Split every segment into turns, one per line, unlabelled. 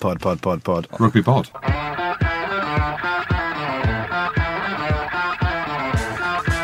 Pod, pod, pod, pod.
Rugby pod.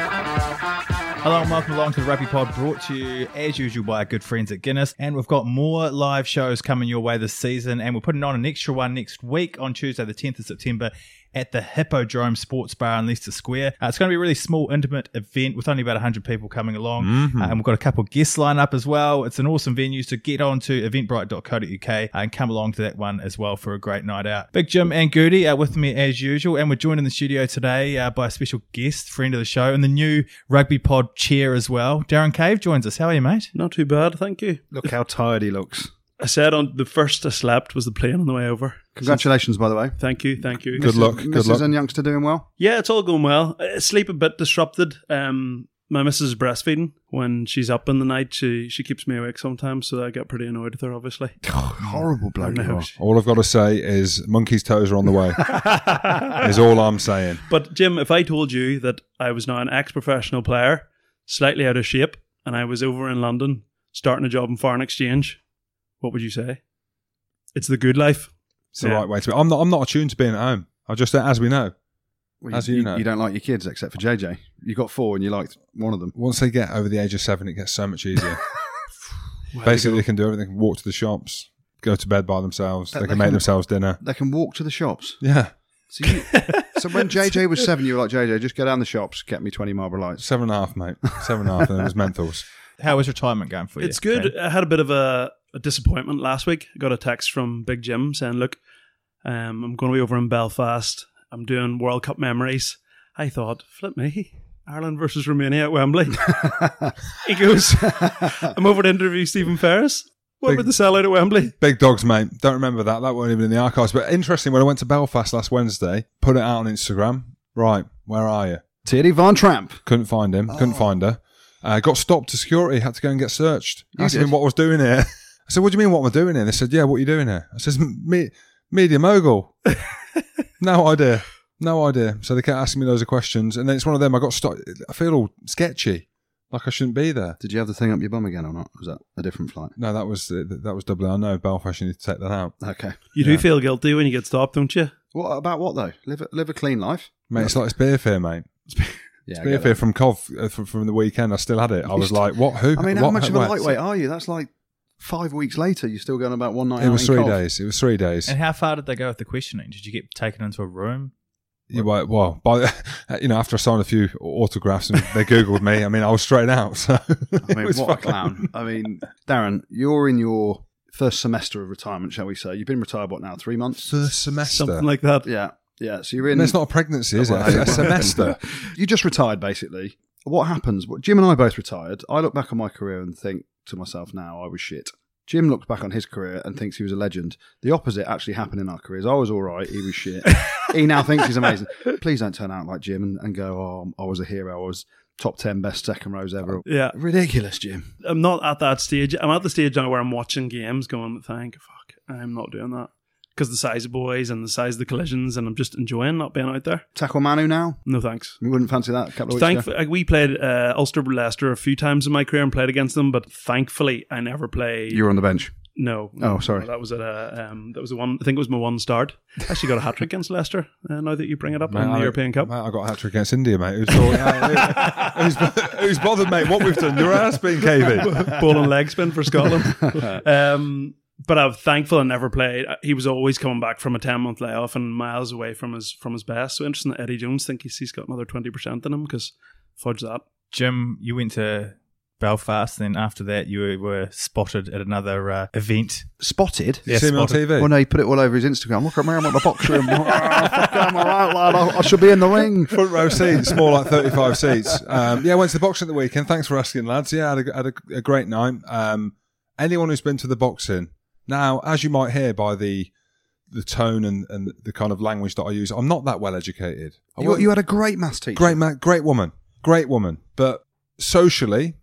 Hello and welcome along to the Rugby Pod, brought to you as usual by our good friends at Guinness. And we've got more live shows coming your way this season, and we're putting on an extra one next week on Tuesday, the 10th of September. At the Hippodrome Sports Bar in Leicester Square. Uh, it's going to be a really small, intimate event with only about 100 people coming along. Uh, and we've got a couple of guests lined up as well. It's an awesome venue, so get on to eventbrite.co.uk and come along to that one as well for a great night out. Big Jim and Gertie are with me as usual, and we're joined in the studio today uh, by a special guest, friend of the show, and the new Rugby Pod chair as well. Darren Cave joins us. How are you, mate?
Not too bad, thank you.
Look how tired he looks.
I said on the first I slept was the plane on the way over.
Congratulations, by the way.
Thank you, thank you.
Good luck.
Mrs.
Good luck.
and youngster doing well.
Yeah, it's all going well. Uh, Sleep a bit disrupted. Um, my missus is breastfeeding. When she's up in the night, she she keeps me awake sometimes, so I get pretty annoyed with her. Obviously,
Oh,
Horrible bloke. you
No,
are.
she-
All I've got to say is monkey's toes are on the way. is all I'm saying.
but Jim, if I told you that I was now an ex-professional player, slightly out of shape, and I was over in London starting a job in foreign exchange, what would you say? It's the good life.
It's the
Yeah.
right way to be. I'm not. I'm not attuned to being at home. I just, as we know,
Well,
As you know.
you don't like your kids except for JJ. You got four and you liked one of them.
once they get over the age of seven, it gets so much easier.
Way to
Basically,
go.
they can do everything. They can walk to the shops, go to bed by themselves.
That-
they
they
can make
can-
themselves dinner.
They can walk to the shops.
Yeah,
So, you, so when JJ was seven, you were like JJ, just go down the shops, get me twenty Marlboro Lights.
seven and a half, mate. Seven and a half, and it was menthols.
How is retirement going for you?
It's good.
Brandon?
I had a bit of a, a disappointment last week. I got a text from Big Jim saying, "Look, um, I'm going to be over in Belfast. I'm doing World Cup memories." I thought, "Flip me, Ireland versus Romania at Wembley." he goes, "I'm over to interview Stephen Ferris. What
Big-
were the sellout at Wembley?"
Big dogs, mate. Don't remember that. That weren't even in the archives. But interesting, when I went to Belfast last Wednesday, put it out on Instagram. Right, where are you?
Teddy Von Tramp.
Couldn't find him. Couldn't
Oh.
find her. Uh, got stopped to security. Had to go and get searched.
You
Asked
did?
him what I was doing here. I said, "What do you mean? What am I doing here?" They said, "Yeah, what are you doing here?" I says, "M- "Me, media mogul." no idea. No idea. So they kept asking me loads of questions, and then it's one of them. I got stopped. I feel all sketchy, like I shouldn't be there.
Did you have the thing up your bum again or not? Was that a different flight?
No, that was that was Dublin. I know Belfast. You need to take that out,
Okay.
You
Yeah.
do feel guilty when you get stopped, don't you?
What about what though? Live a, live a clean life.
mate. It's like it's beer fear, mate.
Yeah. I
Beer
get
fear from Cov uh, from, from the weekend. I still had it. I was like, "What? Who?
that. I mean, how
What?
much of a
Where?"
lightweight are you? That's like five weeks later. You're still going about one night.
It
out
was
in
three
Cov.
days. It was three days.
And how far did they go with the questioning? Did you get taken into a room?
Yeah, well, well, by you know, after I signed a few autographs and they googled me, I mean, I was straight out. So
I mean, what a clown. I mean, Darren, you're in your first semester of retirement, shall we say? You've been retired what now? Three months?
First semester.
Something like that.
Yeah, yeah. So you're in.
and it's not a pregnancy, is it?
Well,
a semester.
you just retired, basically. What happens? What Jim and I both retired. I look back on my career and think to myself, now I was shit. Jim looks back on his career and thinks he was a legend. The opposite actually happened in our careers. I was all right. He was shit. he now thinks he's amazing. Please don't turn out like Jim and, and go, oh, I was a hero. I was top 10 best second rows ever.
Yeah.
Ridiculous, Jim.
I'm not at that stage. I'm at the stage now where I'm watching games going, thank fuck, I'm not doing that. Because the size of boys and the size of the collisions, and I'm just enjoying not being out there.
Tackle Manu now.
No thanks.
We wouldn't fancy that a couple of weeks ago.
Thankfully, we played uh, Ulster Leicester a few times in my career and played against them, but thankfully I never played.
You were on the bench.
no,
Oh, sorry.
No, that was at a, um, that was the one. I think it was my one start. I actually got a hat trick against Leicester. Uh, now that you bring it up in the
I-
European Cup,
Mate, I got a hat trick against India, mate. Who's, who- who's, who's bothered, mate? What we've done? Your ass being caving.
ball and leg spin for Scotland. um, but I'm thankful I never played. He was always coming back from a ten month layoff and miles away from his from his best. So interesting that Eddie Jones thinks he's, he's got another twenty percent in him because fudge that.
Jim, you went to Belfast, then after that, you were spotted at another uh, event.
Spotted.
You see me on TV?
spotted.
Well, Oh, no, he put it all over his Instagram. Look, I'm wearing my box room. Oh, fuck, I'm all right, lad. I, I should be in the ring.
Front row seats, more like 35 seats. Um, yeah, went to the boxing at the weekend. Thanks for asking, lads. Yeah, had a, had a, a great night. Um, anyone who's been to the boxing, now, as you might hear by the the tone and, and the kind of language that I use, I'm not that well educated. I
You,
work-
you had a great maths teacher.
great man, great woman, great woman. But socially,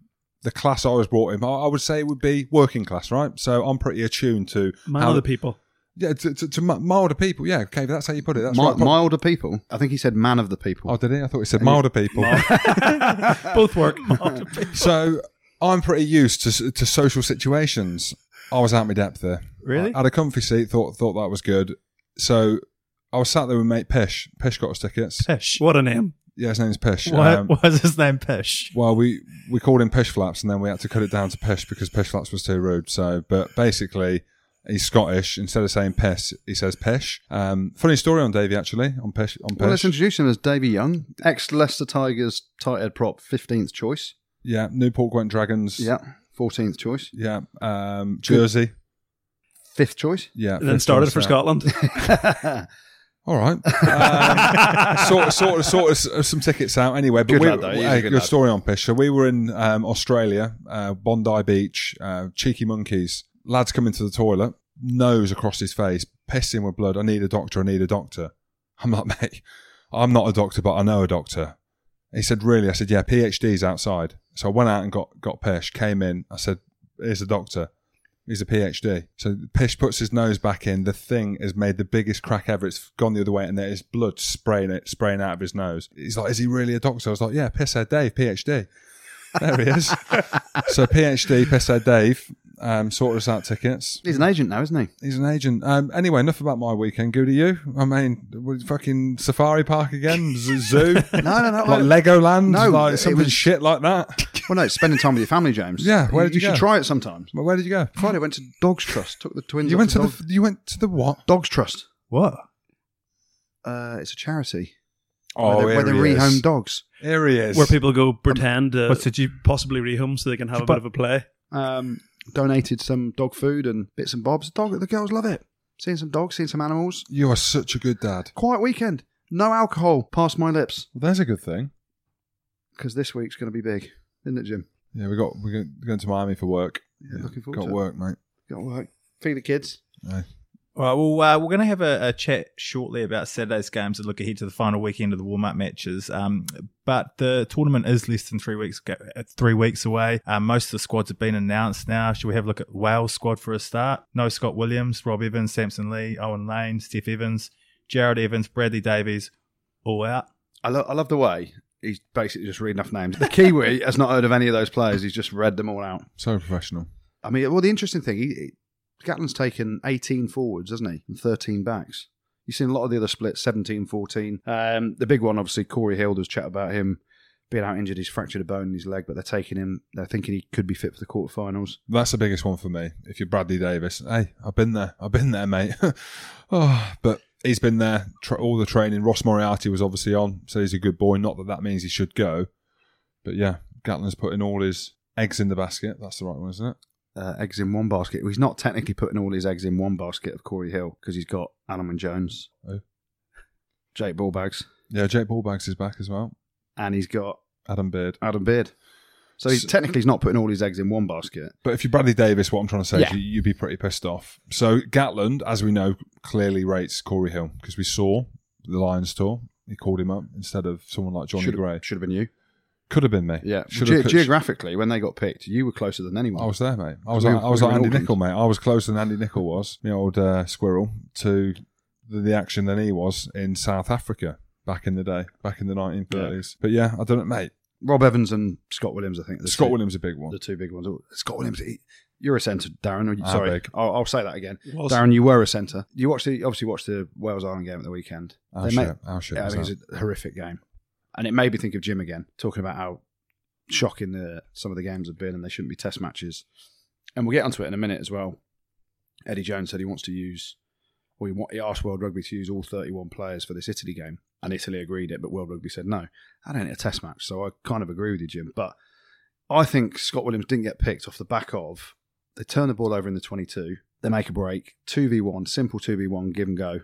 the class I was brought in, I, I would say it would be working class, right? So I'm pretty attuned to
Man
how
of the people.
yeah, to, to, to mi- milder people. Yeah, okay, that's how you put it. That's
Mi-
right. Pro-
Milder people. I think he said man of the people.
Oh, did he? I thought he said milder people.
Both work.
So I'm pretty used to to social situations. I was out my depth there.
Really?
I had a comfy seat. Thought thought that was good. So I was sat there with mate Pish. Pish got us tickets.
Pish.
What a name.
Yeah, his name's Pish.
Why,
Um,
why is his name Pish?
well, we we called him Pish Flaps, and then we had to cut it down to Pish because Pish Flaps was too rude. So, but basically, he's Scottish. Instead of saying Piss, he says Pish. Um, funny story on Davy actually on Pish on Pish.
Well, let's introduce him as Davy Young, ex Leicester Tigers tight end prop, 15th choice.
yeah, Newport Gwent Dragons.
Yeah, 14th choice,
yeah. Um, Jersey.
fifth choice.
Yeah,
And then started for
Scotland.
Scotland.
All right. Um, sort sort of sort of some tickets out anyway. But
Good
we,
lad, though. He's a
hey,
good
good
lad.
story on Pish. So we were in um, Australia, uh, Bondi Beach, uh, cheeky monkeys. Lads coming to the toilet, nose across his face, pissing with blood. I need a doctor. I need a doctor. I'm like, mate, I'm not a doctor, but I know a doctor. He said, really? I said, yeah. PhD's outside. So I went out and got got Pish. Came in. I said, here's a doctor. He's a PhD. So Pish puts his nose back in. The thing has made the biggest crack ever. It's gone the other way, and there is blood spraying it, spraying out of his nose. He's like, "Is he really a doctor?" I was like, "Yeah, Pisshead Dave, PhD." There he is. so PhD, Pisshead Dave, um, sorted us out tickets.
He's an agent now, isn't he?
He's an agent. Um, anyway, enough about my weekend. Good to you. I mean, we fucking safari park again, Z- zoo, like
No, no, no. I-
Legoland,
No,
like
it
something
was-
shit like that.
well, no, it's spending time with your family, James.
Yeah, where did you
should
go?
try it sometimes.
But where did you go?
Friday went to Dogs Trust, took the twins.
You
up
went to
Dog-
the you went to the what?
Dogs Trust.
What?
Uh, it's a charity
Oh,
where they, where
here
they
he is.
rehome dogs.
Here he is.
Where people go pretend uh,
What did you?
possibly rehome so they can have a bit of a play.
Um, donated some dog food and bits and bobs. Dog, the girls love it. Seeing some dogs, seeing some animals.
You are such a good dad.
Quiet weekend. No alcohol past my lips
Well, there's a good thing.
because this week's going to be big, isn't it, Jim?
Yeah, we got we're going- going to Miami for work.
Yeah, looking forward
got
to it.
work, mate.
Got work. Feed the kids.
All right, well, uh, we're going to have a, a chat shortly about Saturday's games and look ahead to the final weekend of the warm-up matches. Um, but the tournament is less than three weeks go- uh, three weeks away. Uh, most of the squads have been announced now. Should we have a look at Wales squad for a start? No Scott Williams, Rob Evans, Samson Lee, Owen Lane, Steph Evans, Jared Evans, Bradley Davies, all out.
I, lo- I love the way he's basically just reading off names. The Kiwi has not heard of any of those players. He's just read them all out.
So professional.
I mean, well, the interesting thing, he, he, Gatlin's taken 18 forwards, hasn't he? And 13 backs. You've seen a lot of the other splits, 17, 14. Um, the big one, obviously, Corey Hill, there was chat about him being out injured. He's fractured a bone in his leg, but they're taking him. They're thinking he could be fit for the quarterfinals.
That's the biggest one for me. If you're Bradley Davis, hey, I've been there. I've been there, mate. oh, but he's been there. Tra- all the training. Ross Moriarty was obviously on, so he's a good boy. Not that that means he should go, but yeah, Gatlin's putting all his eggs in the basket. That's the right one, isn't it?
Uh, eggs in one basket. Well, he's not technically putting all his eggs in one basket of Corey Hill because he's got Alan Jones,
Oh.
Jake Ballbags,
Yeah, Jake Ballbags is back as well.
and he's got
Adam Beard.
Adam Beard. So he's
So-
technically he's not putting all his eggs in one basket.
But if you're Bradley Davis, what I'm trying to say is
Yeah.
you, you'd be pretty pissed off. So Gatland, as we know, clearly rates Corey Hill because we saw the Lions tour. He called him up instead of someone like Johnny
Should
Gray.
have been you.
Could have been me.
Yeah.
Should
Ge-
have. could-
geographically, when they got picked, you were closer than anyone.
I was there, mate. I was.
We
like,
were-
I was
we
like
were in
Andy
Auckland.
Nichol, mate. I was closer than Andy Nichol was, the old uh, squirrel, to the, the action than he was in South Africa back in the day, back in the 1930s. But yeah, I don't know, mate.
Rob Evans and Scott Williams, I think. are the
Scott
two-
Williams a big one.
The two big ones. Oh, Scott Williams, he- you're a centre, Darren. Or you,
Ah,
sorry,
big.
I'll, I'll say that again.
Was-
Darren, you were a centre. You watched the obviously watched the Wales Island game at the weekend.
Our
They made-
shit. Our shit.
yeah, I
was
think
out.
it was a horrific game, and it made me think of Jim again, talking about how shocking the, some of the games have been, and they shouldn't be test matches. And we'll get onto it in a minute as well. Eddie Jones said he wants to use, or he, wa- he asked World Rugby to use all 31 players for this Italy game, and Italy agreed it, but World Rugby said no. I don't need a test match, so I kind of agree with you, Jim. But I think Scott Williams didn't get picked off the back of they turn the ball over in the 22, they make a break, 2v1, simple 2v1, give and go.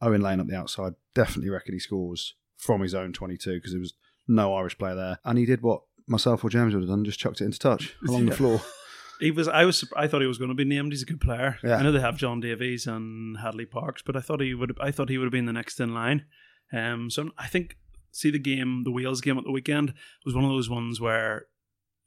Owen Lane up the outside. Definitely reckon he scores from his own 22 because there was no Irish player there. And he did what myself or James would have done, just chucked it into touch along the floor.
He was. I was. surp- I thought he was going to be named. He's a good player.
Yeah.
I know they have John Davies and Hadley Parks, but I thought he would. I thought he would have been the next in line. Um. So I think see the game, the Wales game at the weekend was one of those ones where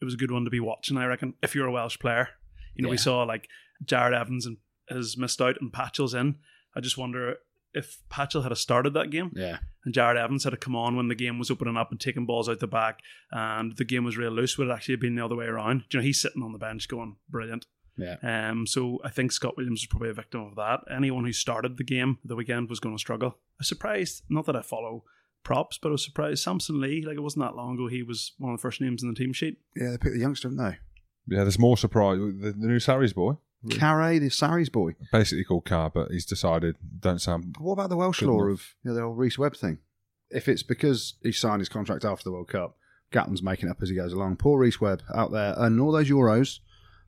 it was a good one to be watching. I reckon if you're a Welsh player, you know we
Yeah.
saw like Jared Evans and has missed out and Patchell's in. I just wonder if Patchell had a started that game
Yeah.
and Jared Evans had to come on when the game was opening up and taking balls out the back, and the game was real loose. Would it actually have been the other way around? Do you know, he's sitting on the bench going, "Brilliant,
Yeah.
Um, so I think Scott Williams is probably a victim of that. Anyone who started the game the weekend was going to struggle. I was surprised, not that I follow props, but I was surprised Samson Lee, like it wasn't that long ago, he was one of the first names in the team sheet.
Yeah, they picked the youngster, didn't they?
Yeah, there's more surprise. The, the new Sarries boy,
Carre, the Sarries boy.
basically called Car, but he's decided don't sound.
But what about the Welsh
Good
law
enough.
of you know, the old Reese Webb thing? If it's because he signed his contract after the World Cup, Gatlin's making up as he goes along. Poor Reese Webb out there earning all those euros,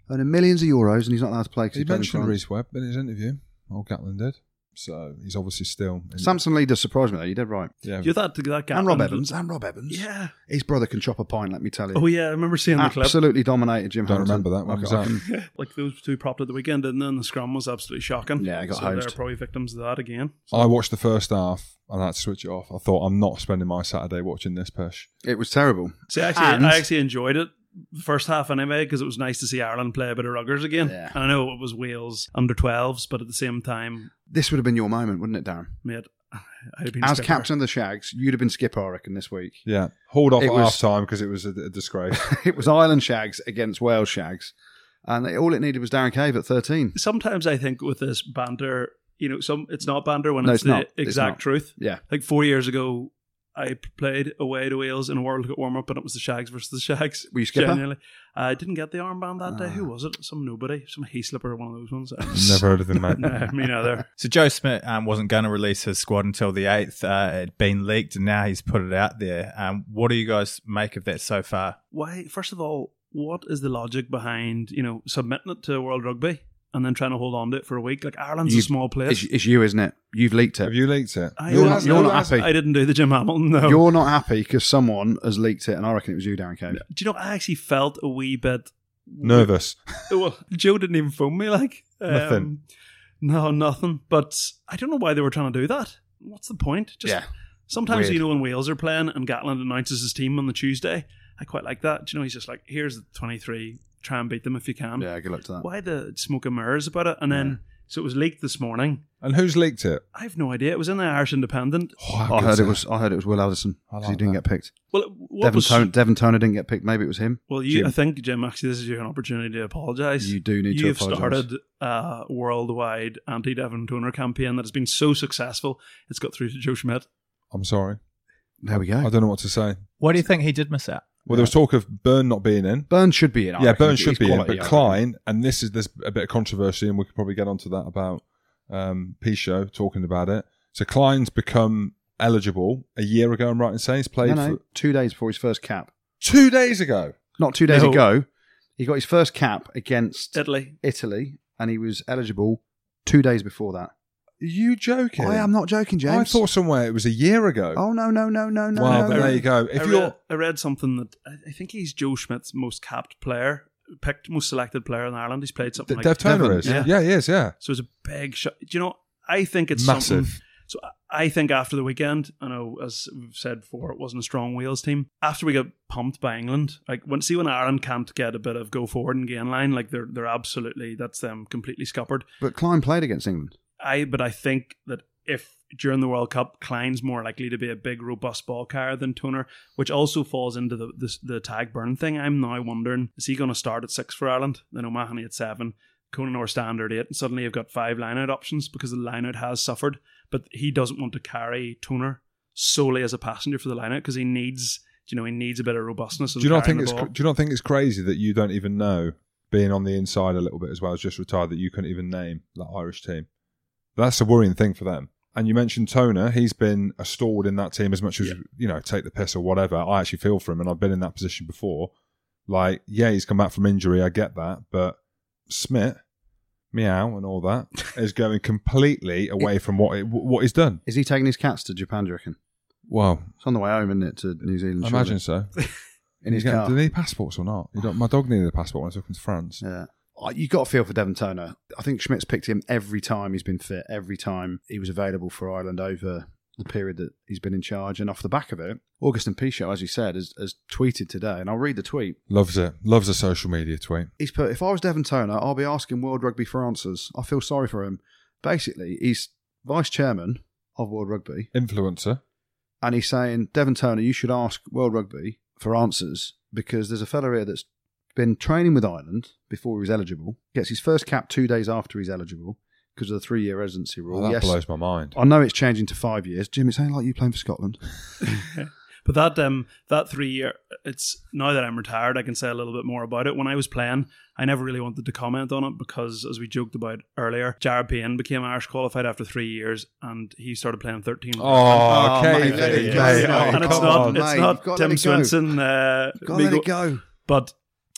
earning millions of euros, and he's not allowed to play because
He
he's playing in
mentioned
France.
Reese Webb in his interview. Old Gatlin did. So he's obviously still. In,
Samson Lee does surprise me though. You're dead right.
yeah,
You thought that guy
and Rob Evans. And Rob Evans.
Yeah.
His brother can chop a pint. Let me tell you.
Oh yeah, I remember seeing the clip.
absolutely dominated Jim.
don't
Hamilton.
remember that. When
Okay,
was
I
that?
can-
Like those two propped at the weekend, and then the scrum was absolutely shocking.
Yeah, I got
so
hosed.
They're probably victims of that again.
I watched the first half and I had to switch it off. I thought I'm not spending my Saturday watching this pish.
It was terrible.
See, actually,
And-
I actually enjoyed it the first half anyway because it was nice to see Ireland play a bit of ruggers again.
Yeah.
And I know it was Wales under 12s, but at the same time,
This would have been your moment, wouldn't it, Darren?
mate, I'd been
As
skipper.
captain of the Shags, you'd have been skipper, I reckon, this week.
Yeah, hauled off
It
at
was-
half time because it was a, a disgrace.
it was Ireland Shags against Wales Shags, and it- all it needed was Darren Cave at 13.
Sometimes I think with this banter, you know, some it's not banter when
No, it's
it's, the
not. It's
exact
not.
truth.
Yeah,
Like four years ago, I played away to Wales in a World Cup warm up, and it was the Shags versus the Shags.
Were you skipper?
Genuinely. I didn't get the armband that day. Who
Ah.
was it? Some nobody, some Heaslip or one of those ones.
Never heard of him, mate.
no, me neither.
So Joe Smith um, wasn't going to release his squad until the eighth. Uh, it had been leaked, and now he's put it out there. Um, what do you guys make of that so far?
why first of all what is the logic behind you know submitting it to world rugby and then trying to hold on to it for a week like ireland's
You-
a small
it's,
place
it's you, isn't it? You've leaked
Have
it.
you leaked it?
I
You're
didn't-
not- you're not happy.
i didn't do the jim hamilton though
You're not happy because someone has leaked it, and I reckon it was you, Darren Cave.
do you know i actually felt a wee bit
Nervous.
well joe didn't even phone me like um,
Nothing.
no nothing but i don't know why they were trying to do that what's the point just
yeah,
Sometimes
Weird.
you know when Wales are playing and Gatland announces his team on the Tuesday. I quite like that. Do you know he's just like, here's the twenty three, try and beat them if you can.
yeah. Good luck to that.
Why the smoke and mirrors about it? And then so it was leaked this morning.
And who's leaked it?
I have no idea. It was in the Irish Independent.
Oh, how
I
good's
heard it
that?
was. I heard it was Will Alderson
I
because
like
he didn't
that.
get picked.
Well, what
Devon,
was
Ton- Devon Toner didn't get picked. Maybe it was him.
well? You,
Jim.
I think Jim. Actually, this is your opportunity to apologise.
You do need to
You've
apologise.
started a worldwide anti-Devon Toner campaign that has been so successful. It's got through to Joe Schmidt.
I'm sorry.
There we
I
go.
don't know what to say.
What do you think he did miss out?
Well, there was talk of Byrne not being in.
Burn should be in. I
yeah,
reckon.
Byrne
He's
should be in,
quality,
but
I reckon.
Klein, and this is there's a bit of controversy, and we could probably get onto that about um, P show talking about it. So Klein's become eligible a year ago. I'm right in saying he's
No,
played
no,
for
two days before his first cap.
two days ago.
Not two days
No.
ago. He got his first cap against
Italy.
Italy, and he was eligible two days before that.
Are you joking?
I am not joking, James.
I thought somewhere it was a year ago.
Oh no, no, no, no, no.
wow,
no.
but there you go.
I
If
read,
you're
I read something that I I think he's Joe Schmidt's most capped player, picked most selected player in Ireland. He's played something
Dev Dev
like
Turner
Devon,
is,
yeah.
yeah. he is, yeah,
So it's a big shot. Do you know? I think it's something
massive.
So I- I think after the weekend, I know as we've said before, it wasn't a strong Wales team. After we got pumped by England, like when see when Ireland can't get a bit of go forward and gain line, like they're they're absolutely that's them completely scuppered.
But Klein played against England.
I but I think that if during the World Cup, Klein's more likely to be a big, robust ball carrier than Toner, which also falls into the the, the tag burn thing. I'm now wondering is he going to start at six for Ireland? Then O'Mahony at seven, Conan or Standard eight, and suddenly you've got five lineout options because the lineout has suffered. But he doesn't want to carry Toner solely as a passenger for the lineout because he needs, you know, he needs a bit of robustness.
Do
in
you not think
carrying the
it's
ball.
cr- do you not think it's crazy that you don't even know being on the inside a little bit as well as just retired that you couldn't even name that Irish team? That's a worrying thing for them. And you mentioned Toner; he's been a stalwart in that team as much as you know, take the piss or whatever. I actually feel for him, and I've been in that position before. Like, yeah, he's come back from injury. I get that, but Smith, meow, and all that is going completely away from what it, what he's done.
Is he taking his cats to Japan? Do you reckon?
Wow,
It's on the way home, isn't it, to New Zealand?
I
surely?
imagine so.
in his
Yeah,
car.
Do they need passports or not? You don't, my dog needed a passport when I took him to France.
Yeah. Oh, You got a feel for Devon Toner. I think Schmidt's picked him every time he's been fit, every time he was available for Ireland over the period that he's been in charge. And off the back of it, Augustin Pichot, as you said, has, has tweeted today, and I'll read the tweet.
Loves it. Loves a social media tweet.
He's put, if I was Devon Toner, I'll be asking World Rugby for answers. I feel sorry for him. Basically, he's vice chairman of World Rugby,
Influencer.
and he's saying, Devon Toner, you should ask World Rugby for answers because there's a fella here that's been training with Ireland before he was eligible. Gets his first cap two days after he's eligible because of the three-year residency rule.
Oh, that
yes,
blows my mind.
I know it's changing to five years. Jim, it's only like you playing for Scotland.
But that um that three year it's now that I'm retired I can say a little bit more about it. When I was playing, I never really wanted to comment on it because as we joked about earlier, Jared Payne became Irish qualified after three years and he started playing thirteen.
Oh, okay.
mate,
let
there
it
you
go.
go.
Oh,
and it's
come
not
on.
mate,
it's
you've
not
got to
Tim
let it go.
Swinson, uh,
God, let
Migo-
it go.
but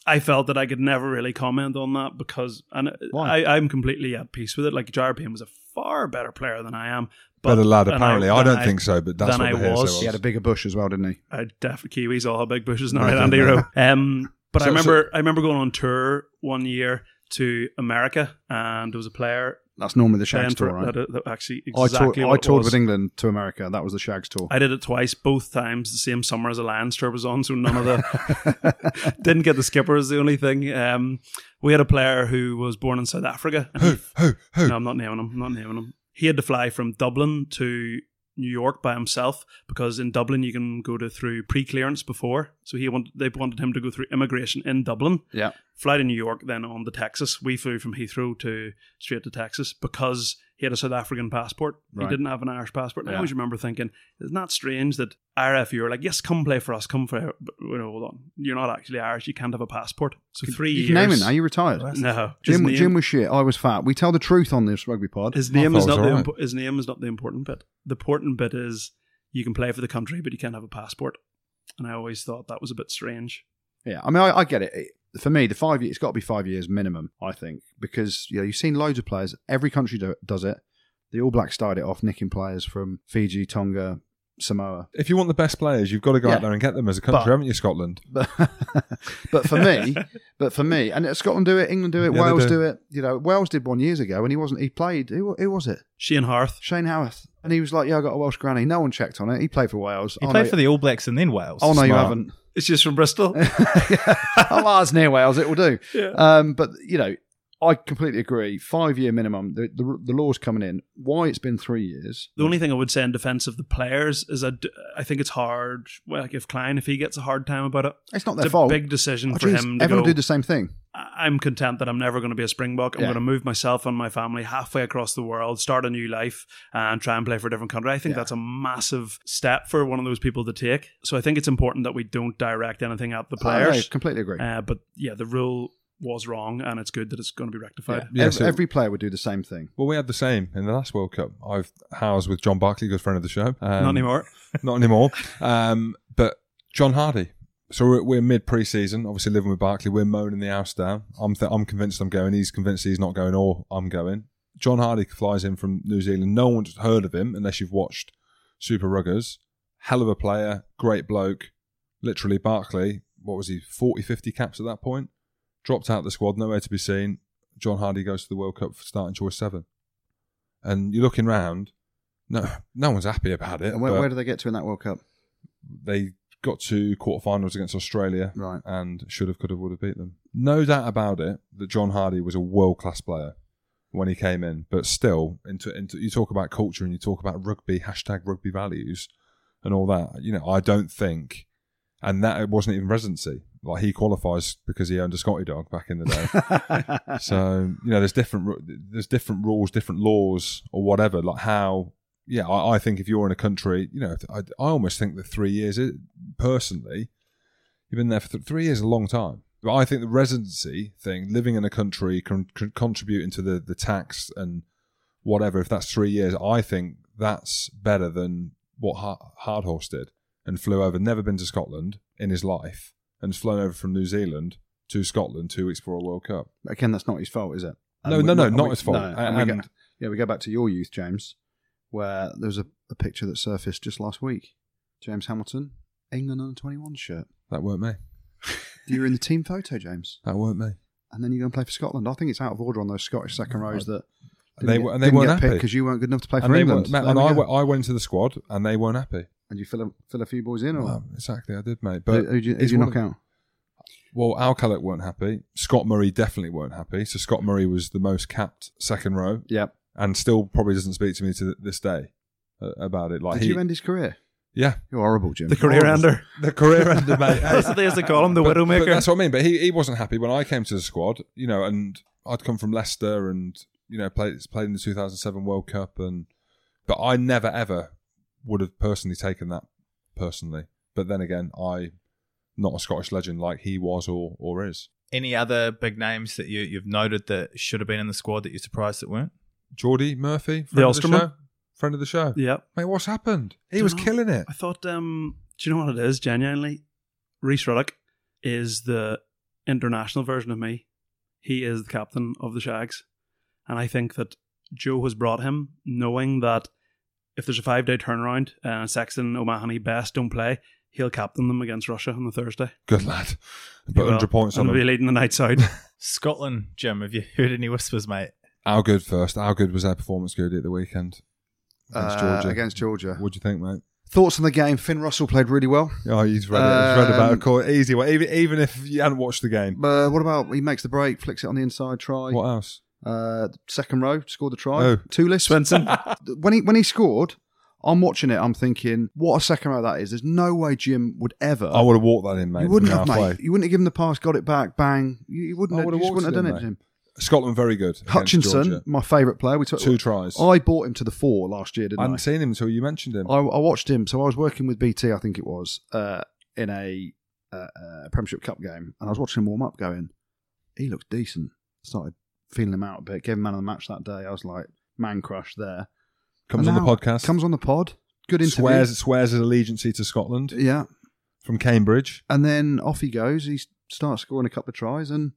I felt that I could never really comment on that because and
Why?
I, I'm completely at peace with it. Like Jared Payne was a far better player than I am. But,
Better lad,
than
apparently. I
than
don't think so, but that's
than
what
I
the hearsay
was.
was.
He had a bigger bush as well, didn't he?
I definitely uh, Kiwis all have big bushes now,
Right,
right, Andy
yeah.
Rowe. Um, but I
So-
remember I remember going on tour one year to America, and there was a player
That's normally the
playing
Shags
for
tour, right?
that, that actually
I
exactly
toured,
what
I
it
toured
was.
with England to America. That was the Shags tour.
I did it twice, both times the same summer as a Lions tour was on, so none of the didn't get the skipper is the only thing. Um, we had a player who was born in South Africa. and he-
Who? Who?
no, I'm not naming him. I'm not naming him. He had to fly from Dublin to New York by himself because in Dublin you can go to through pre-clearance before. So he wanted they wanted him to go through immigration in Dublin,
yeah.
fly to New York, then on to Texas. We flew from Heathrow to straight to Texas because he had a South African passport.
Right.
He didn't have an Irish passport. And
Yeah.
I always remember thinking, isn't that strange that RFU are like, yes, come play for us, come play. But you know, hold on, you're not actually Irish. You can't have a passport. So three
You
years.
can name him now. You retired.
No, his
Jim,
name-
Jim was shit. I was fat. We tell the truth on this rugby pod.
His name
thought
is
it was
not the
all right.
impo- his name is not the important bit. The important bit is you can play for the country, but you can't have a passport. And I always thought that was a bit strange.
Yeah, I mean, I, I get it. It- For me, the five years, it's got to be five years minimum, I think, because you know you've seen loads of players. Every country do, does it. The All Blacks started it off nicking players from Fiji, Tonga, Samoa.
If you want the best players, you've got to go
Yeah.
out there and get them as a country,
But-
haven't you, Scotland?
But, but for me, but for me, and Scotland do it, England do it,
Yeah, they
Wales
do.
do. it. You know, Wales did one years ago, and he wasn't. He played. Who, who was it?
Shane Harth.
Shane Howarth, and he was like, "Yeah, I got a Welsh granny." No one checked on it. He played for Wales.
He
oh,
played
no,
for the All Blacks and then Wales.
Oh no, you
Smart.
haven't.
It's just from Bristol.
oh, well, it's near Wales. It will do.
Yeah.
Um, but you know, I completely agree. Five year minimum. The, the the law's coming in. Why it's been three years?
The only thing I would say in defence of the players is I, d- I think it's hard. Well, like if Klein, if he gets a hard time about it,
It's not
it's
their
a
fault.
big decision
Oh,
for
geez,
him to
everyone
go.
do the same thing.
I- I'm content that I'm never going to be a Springbok. I'm
Yeah.
going to move myself and my family halfway across the world, start a new life, and try and play for a different country. I think
Yeah.
that's a massive step for one of those people to take. So I think it's important that we don't direct anything at the
I
players.
completely agree.
Uh, but yeah, the rule was wrong, and it's good that it's going to be rectified.
Yeah.
Yeah,
Ev-
so-
every player would do the same thing.
Well, we had the same in the last World Cup. I've housed with John Barkley, good friend of the show. Um,
Not anymore.
Not anymore. Um, but John Hardy. So we're, we're mid pre-season, obviously living with Barkley. We're moaning the house down. I'm th- I'm convinced I'm going. He's convinced he's not going, or I'm going. John Hardy flies in from New Zealand. No one's heard of him unless you've watched Super Ruggers. Hell of a player, great bloke. Literally, Barkley. What was he? 40, 50 caps at that point. Dropped out of the squad, nowhere to be seen. John Hardy goes to the World Cup for starting choice seven. And you're looking round. No, no one's happy about it.
And where,
but-
where do they get to in that World Cup?
they got to quarterfinals against Australia
Right.
and should have, could have, would have beat them. No doubt about it that John Hardy was a world class player when he came in, but still, into, into you talk about culture and you talk about rugby hashtag rugby values and all that. You know, I don't think, and that it wasn't even residency. Like he qualifies because he owned a Scotty dog back in the day so you know there's different ru- there's different rules different laws or whatever like how yeah i, I think if you're in a country you know I, I almost think that three years is- personally you've been there for th- three years is a long time but i think the residency thing living in a country con- con- contributing to the the tax and whatever if that's three years i think that's better than what Ha- hardhorse did and flew over never been to scotland in his life and has flown over from new zealand to scotland two weeks before a world cup
Again, that's not his fault, is it?
No, no, no,
and
not his fault.
and we
And-
go, yeah, we go back to your youth, James, where there was a, a picture that surfaced just last week. James Hamilton, England under 21 shirt.
That weren't me.
You were in the team photo, James,
That weren't me.
and then you go and play for Scotland. I think it's out of order on those Scottish second rows that
And they were- and they weren't happy.
because you weren't good enough to play for
And, they
England.
weren't, mate,
There
and
we
I,
go.
went- I went into the squad and they weren't happy.
and you fill a, fill a few boys in, or
No, exactly, I did, mate.
who,
But
who do you, who
it's
do you
one
knock
of-
out?
Well, Al Kellett weren't happy. Scott Murray definitely weren't happy. So Scott Murray was the most capped second row
Yeah.
and still probably doesn't speak to me to this day uh, about it. Like
Did
he,
you end his career?
Yeah,
You're horrible, Jim.
The career ender.
the career ended, mate. Hey,
oh. That's what they used to call him, the
but- but
Widowmaker.
That's what I mean. But he, he wasn't happy when I came to the squad, you know, and I'd come from Leicester and, you know, played played in the 2007 World Cup. and But I never, ever would have personally taken that personally. But then again, I not a Scottish legend like he was or, or is.
Any other big names that you, you've noted that should have been in the squad that you're surprised that weren't?
Geordie Murphy, friend
The
of
Ulsterman?
the show. Friend of the show.
Yeah.
Mate, what's happened? He
Dunno.
was killing it.
I thought, um, do you know what it is? Genuinely, Reese Ruddock is the international version of me. He is the captain of the Shags. And I think that Joe has brought him knowing that if there's a five day turnaround and Sexton, O'Mahony, Best don't play, he'll captain them against Russia on the Thursday.
Good lad.
He
But
will.
100 points
And
on
will
him.
be leading the night's out.
Scotland, Jim, have you heard any whispers, mate?
How good first? How good was their performance, Goody, at the weekend?
Uh, against Georgia.
What do you think, mate?
Thoughts on the game? Finn Russell played really well.
Oh, you've read it. You've read about
Um,
it. Cool. Easy one. Even, even if you hadn't watched the game.
But Uh, what about he makes the break, flicks it on the inside try.
What else?
Uh, second row, scored the try.
Oh.
Two lists.
Swenson.
When he when he scored, I'm watching it. I'm thinking, what a second row that is. There's no way Jim would ever.
I would have walked that in, mate.
you wouldn't
from
have,
halfway.
mate. You wouldn't have given the pass, got it back, bang. You, you wouldn't.
I
Have,
would
you
have
just wouldn't have done
walked
it,
it in,
Jim.
Scotland, very good. against
Hutchinson,
Georgia.
my favourite player. We talked
Two tries.
I bought him to the four last year, didn't
I
I?
hadn't seen him until you mentioned him.
I, I watched him. So I was working with BT, I think it was, uh, in a uh, uh, Premiership Cup game, and I was watching him warm up, going, "He looks decent." Started feeling him out a bit. Gave him man of the match that day. I was like, "Man crush there."
Comes on
And
the
now
podcast.
Comes on the pod. Good interview.
swears, swears his allegiance to Scotland
Yeah,
from Cambridge
and then off he goes. He starts scoring a couple of tries, and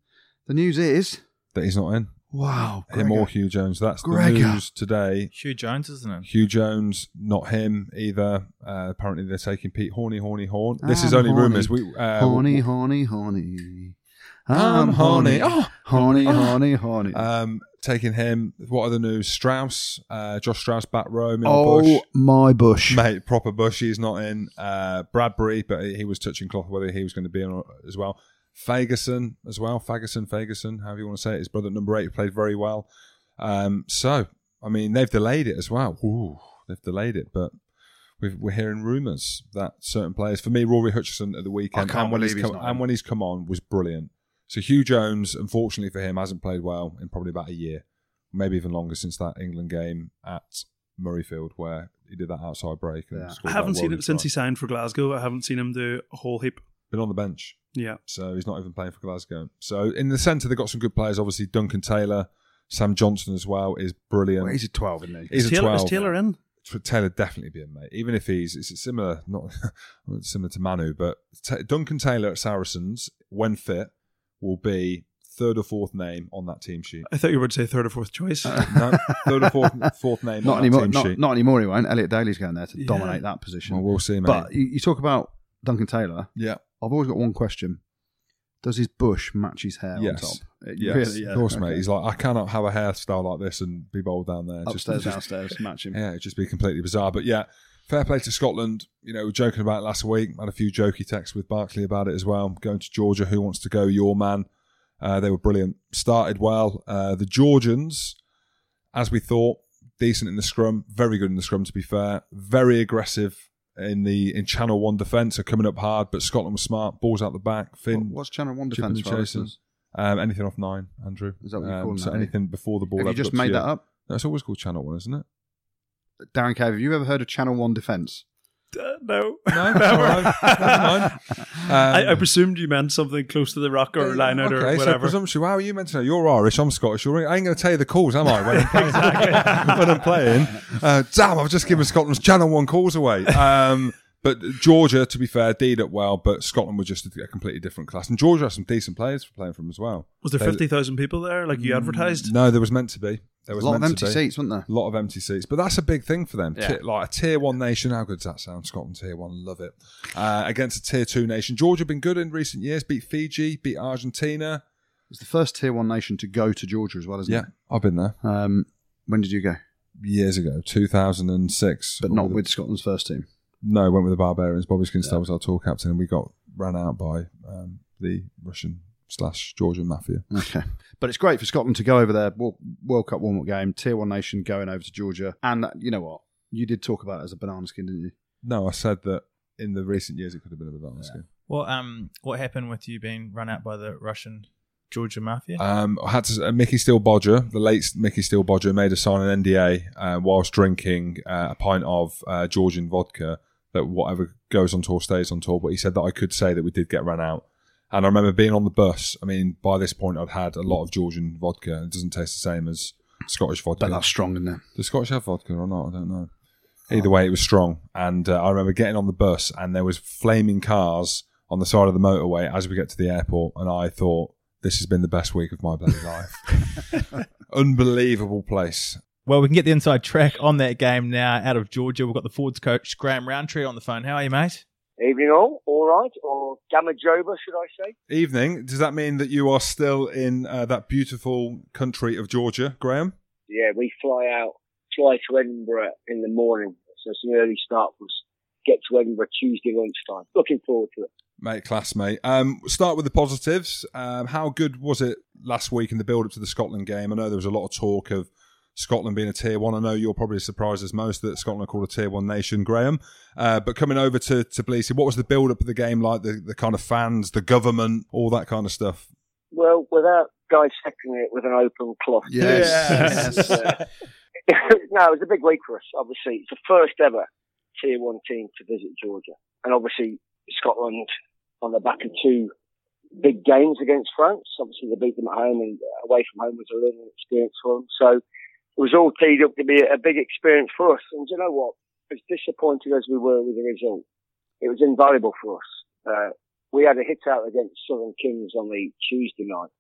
the news is,
that he's not in.
wow,
Him or
Gregor.
Hugh Jones. That's
Gregor.
the news today.
Hugh Jones, isn't it?
Hugh Jones, not him either. Uh, apparently, they're taking Pete Horny, Horny, Horn. This is
I'm
only
horny.
rumours. We uh,
horny, horny, horny.
I'm horny. Oh,
horny,
Oh.
horny, horny.
Um, taking him. What are the news? Strauss, uh, Josh Strauss, back row, Mil
oh
Bush.
my bush!
Mate, proper Bush. He's not in. Uh, Bradbury, but he he was touching cloth whether he was going to be in or- as well. Fagerson as well. Fagerson, Fagerson, however you want to say it. His brother at number eight who played very well. Um, so, I mean, they've delayed it as well. Ooh, they've delayed it, but we've, we're hearing rumours that certain players, for me, Rory Hutchinson at the weekend,
I can't
and when,
believe
he's
he's
come,
not
and
in.
when he's come on, was brilliant. So Hugh Jones, unfortunately for him, hasn't played well in probably about a year, maybe even longer since that England game at Murrayfield where he did that outside break. And
Yeah.
scored
I haven't
that
seen
worldie
him since he
try.
signed for Glasgow. I haven't seen him do a whole heap.
been on the bench.
Yeah.
So he's not even playing for Glasgow. So in the centre, they've got some good players. Obviously, Duncan Taylor, Sam Johnson as well is brilliant.
Well, he's a twelve, isn't he?
He's
is
a
Taylor,
12.
Is Taylor in?
T- Taylor definitely be in, mate. Even if he's it's similar, not not similar to Manu, but Ta Duncan Taylor at Saracens, when fit, will be third or fourth name on that team sheet.
I thought you would say third or fourth choice.
No, third or fourth, fourth name
Uh, Not
on that
anymore.
team
Not,
sheet.
not anymore. He won't. Elliot Daly's going there to
Yeah.
dominate that position.
well, we'll see, mate.
but you, you talk about Duncan Taylor.
yeah,
I've always got one question: Does his bush match his hair
Yes.
on top? It
yes,
really- yeah,
of course, mate.
okay.
He's like, I cannot have a hairstyle like this and be bold down there. Just-
upstairs,
just,
downstairs, match him.
Yeah, it'd just be completely bizarre. But yeah, fair play to Scotland. You know, we were joking about it last week. Had a few jokey texts with Barkley about it as well. Going to Georgia, who wants to go? Your man. Uh, they were brilliant. Started well. Uh, the Georgians, as we thought, decent in the scrum. Very good in the scrum, to be fair. Very aggressive in the in Channel One defence. Are coming up hard, but Scotland was smart. Balls out the back.
What-
Finn.
What's Channel One
Chip and
defense for our
Jason.
listeners?
Um, anything off nine, Andrew.
Is that what you're
Um,
calling
So
that, eh?
anything before the ball.
Have you
ever
just
got to
made that up,
That's always called Channel One, isn't it?
Darren Cave? Have you ever heard of Channel One defense?
Uh, no.
No, never mind. Never mind.
I, I
Um,
presumed you meant something close to the rock or line out
Uh, okay,
or
so
whatever.
presumption. Wow, you meant to know you're Irish. I'm Scottish. You're, I ain't going to tell you the calls, am I? When I'm playing, when I'm playing. Uh, damn, I've just given Scotland's Channel One calls away. Um, but Georgia, to be fair, did it well. But Scotland were just a, a completely different class, and Georgia had some decent players for playing from as well.
was there 50,000 people there like you advertised?
No, there was meant to be. There
A
was
lot of
meant to
empty
be.
seats, weren't there?
A lot of empty seats, but that's a big thing for them.
Yeah.
Ti- Like a tier one nation, how good does that sound? Scotland tier one, love it. Uh, against a tier two nation, Georgia been good in recent years. Beat Fiji, beat Argentina.
It's the first Tier One nation to go to Georgia as well, isn't
Yeah, I've been there
it? Um, when did you go?
years ago, two thousand and six.
But not with Scotland's first team.
no, went with the Barbarians. Bobby Skinstad was our tour captain, and we got ran out by um, the Russian slash Georgian mafia.
Okay. But it's great for Scotland to go over there, Wo- World Cup uh, warm up game, Tier 1 nation going over to Georgia. And that, you know what? You did talk about it as a banana skin, didn't you?
No, I said that in the recent years it could have been a violence game.
What um what happened with you being run out by the Russian Georgia mafia?
Um, I had to, uh, Mickey Steele Bodger, the late Mickey Steele Bodger, made us sign an NDA uh, whilst drinking uh, a pint of uh, Georgian vodka that whatever goes on tour stays on tour. But he said that I could say that we did get ran out. And I remember being on the bus. I mean, by this point, I'd had a lot of Georgian vodka. It doesn't taste the same as Scottish vodka.
But that's strong in there.
Does Scotch have vodka or not? I don't know. Um, Either way, it was strong. And uh, I remember getting on the bus, and there was flaming cars on the side of the motorway as we get to the airport. And I thought, this has been the best week of my bloody life. Unbelievable place.
Well, we can get the inside track on that game now out of Georgia. We've got the Fords coach Graham Roundtree on the phone. How are you, mate?
Evening all, all right, or Gamma Joba, should I say?
Evening. Does that mean that you are still in uh, that beautiful country of Georgia, Graham?
Yeah, we fly out, fly to Edinburgh in the morning, so it's an early start for us. Get to Edinburgh Tuesday lunchtime. Looking forward to it.
Mate, class, mate. Um, start with the positives. Um, how good was it last week in the build up to the Scotland game? I know there was a lot of talk of Scotland being a tier one. I know you're probably as surprised as most that Scotland are called a tier one nation, Graham. Uh, but coming over to, to Tbilisi, what was the build up of the game like? The, the kind of fans, the government, all that kind of stuff?
Well, without dissecting it with an open cloth.
Yes.
It's, uh, no, it was a big week for us, obviously. It's the first ever Tier 1 team to visit Georgia. And obviously, Scotland on the back of two big games against France. Obviously, they beat them at home and away from home was a learning experience for them. So it was all teed up to be a, a big experience for us. And do you know what? As disappointed as we were with the result, it was invaluable for us. Uh, we had a hit out against Southern Kings on the Tuesday night,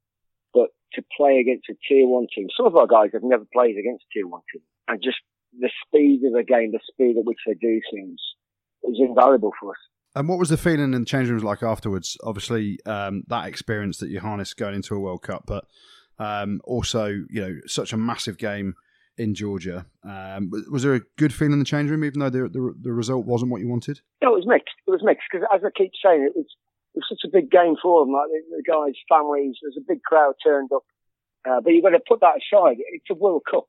but to play against a tier one team, some of our guys have never played against a tier one team and just the speed of the game, the speed at which they do things is invaluable for us.
And what was the feeling in the change rooms like afterwards? Obviously, um, that experience that you harness going into a World Cup, but um, also, you know, such a massive game in Georgia. Um, was- was there a good feeling in the change room, even though the, the, the result wasn't what you wanted?
No, it was mixed. It was mixed because, as I keep saying, it was, it was such a big game for them. Like the, the guys' families, there's a big crowd turned up. Uh, but you've got to put that aside. It's a World Cup.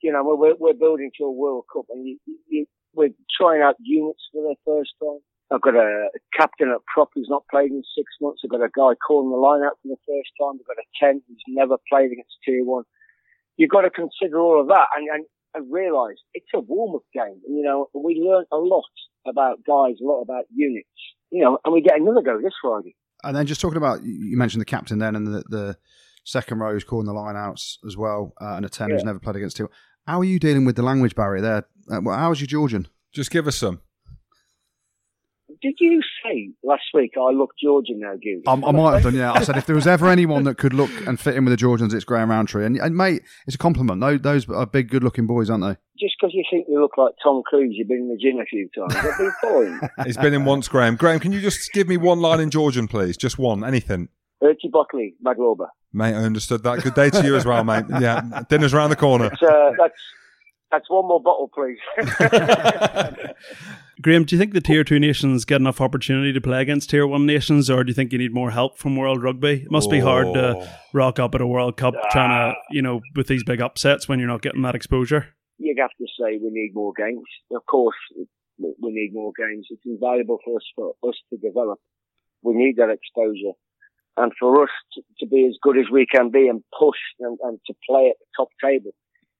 You know, we're- we're, we're building to a World Cup, and you, you- you, we're trying out units for the first time. I've got a captain at prop who's not played in six months. I've got a guy calling the line out for the first time. I've got a ten who's never played against Tier One. You've got to consider all of that and, and, and realise it's a warm-up game. And, you know, we learn a lot about guys, a lot about units, you know, and we get another go this Friday.
And then just talking about, you- you mentioned the captain then and the, the second row who's calling the lineouts as well, uh, and a 10 who's
Yeah.
never played against two. How are you dealing with the language barrier there? Uh, well, how's your Georgian?
Just give us some.
Did you say last week I look Georgian now, Goody?
I, I might have done, yeah. I said if there was ever anyone that could look and fit in with the Georgians, it's Graham Roundtree. And, and mate, it's a compliment. Those, those are big, good-looking boys, aren't they?
Just because you think you look like Tom Cruise, you've been in the gym a few times. I've been following.
It's been in once, Graham. Graham, can you just give me one line in Georgian, please? Just one, anything.
Bertie Buckley, Magloba.
Mate, I understood that. Good day to you as well, mate. Yeah, dinner's round the corner.
So uh, that's, that's one more bottle, please.
Graham, do you think the tier two nations get enough opportunity to play against tier one nations, or do you think you need more help from World Rugby? It must be hard uh,
Oh.
to rock up at a World Cup trying to, you know, with these big upsets when you're not getting that exposure.
You'd have to say we need more games. Of course, we we need more games. It's invaluable for us, for us to develop. We need that exposure. And for us to, to be as good as we can be and push and, and to play at the top table,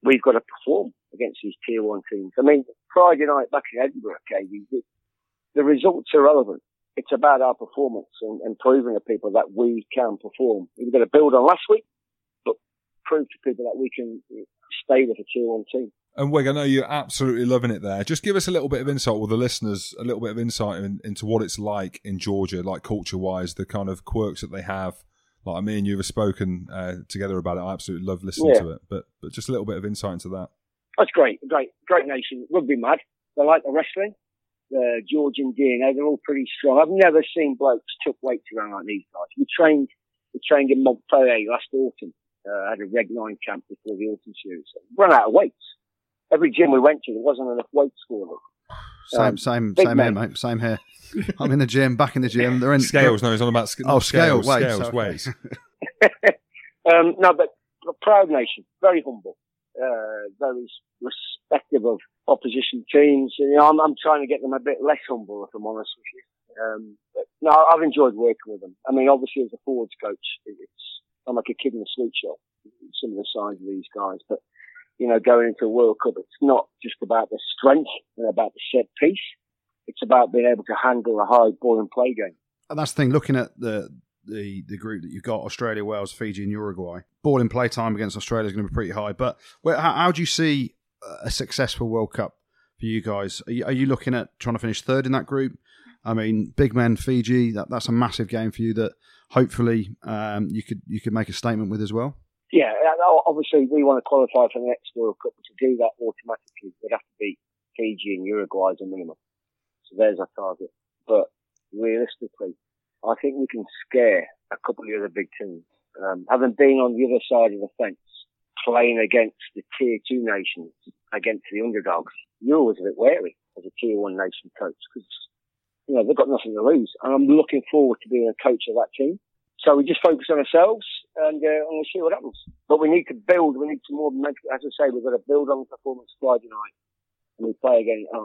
we've got to perform against these tier one teams. I mean, Friday night back in Edinburgh, Katie, the, the results are relevant. It's about our performance and, and proving to people that we can perform. We've got to build on last week, but prove to people that we can stay with a tier one team.
And Wig, I know you're absolutely loving it there. Just give us a little bit of insight, or the listeners, a little bit of insight in, into what it's like in Georgia, like culture wise, the kind of quirks that they have. Like me and you have spoken uh, together about it. I absolutely love listening
Yeah.
to it, but but just a little bit of insight into that.
That's great, great, great nation. Rugby mad. They like the wrestling, the Georgian DNA. They're all pretty strong. I've never seen blokes took weights around like these guys. We trained, we trained in Montpellier last autumn. Uh, had a Reg Nine camp before the autumn series. Run out of weights. Every gym we went to, there wasn't enough weights for them.
Same,
Um,
same,
big
same here,
man.
mate. Same here. I'm in the gym, back in the gym. They're in
Scales, no, he's on about sc-
Oh, scale,
scales,
weights,
scales,
okay.
weights.
um, no, but a proud nation, very humble. uh, very respective of opposition teams. You know, I'm, I'm trying to get them a bit less humble, if I'm honest with you. Um, but no, I've enjoyed working with them. I mean, obviously as a forwards coach, it- it's I'm like a kid in a sweet shop. Some of the size of these guys, but you know, going into a World Cup, it's not just about the strength and about the set piece. It's about being able to handle a high ball and play game.
And that's the thing. Looking at the the the group that you've got: Australia, Wales, Fiji, and Uruguay. Ball in play time against Australia is going to be pretty high. But where, how, how do you see uh, a successful World Cup for you guys? Are you, are you looking at trying to finish third in that group? I mean, big men Fiji. That, that's a massive game for you. That hopefully um, you could you could make a statement with as well.
Yeah, and o- obviously we want to qualify for the next World Cup. but To do that automatically, we'd have to beat Fiji and Uruguay as a minimum. So there's our target. But realistically, I think we can scare a couple of the other big teams. Um, having been on the other side of the fence, playing against the tier two nations, against the underdogs, you're always a bit wary as a tier one nation coach because, you know, they've got nothing to lose. And I'm looking forward to being a coach of that team. So we just focus on ourselves and, uh, and we'll see what happens. But we need to build. We need to more mental. As I say, we've got to build on the performance Friday night, and we play again. Uh, uh,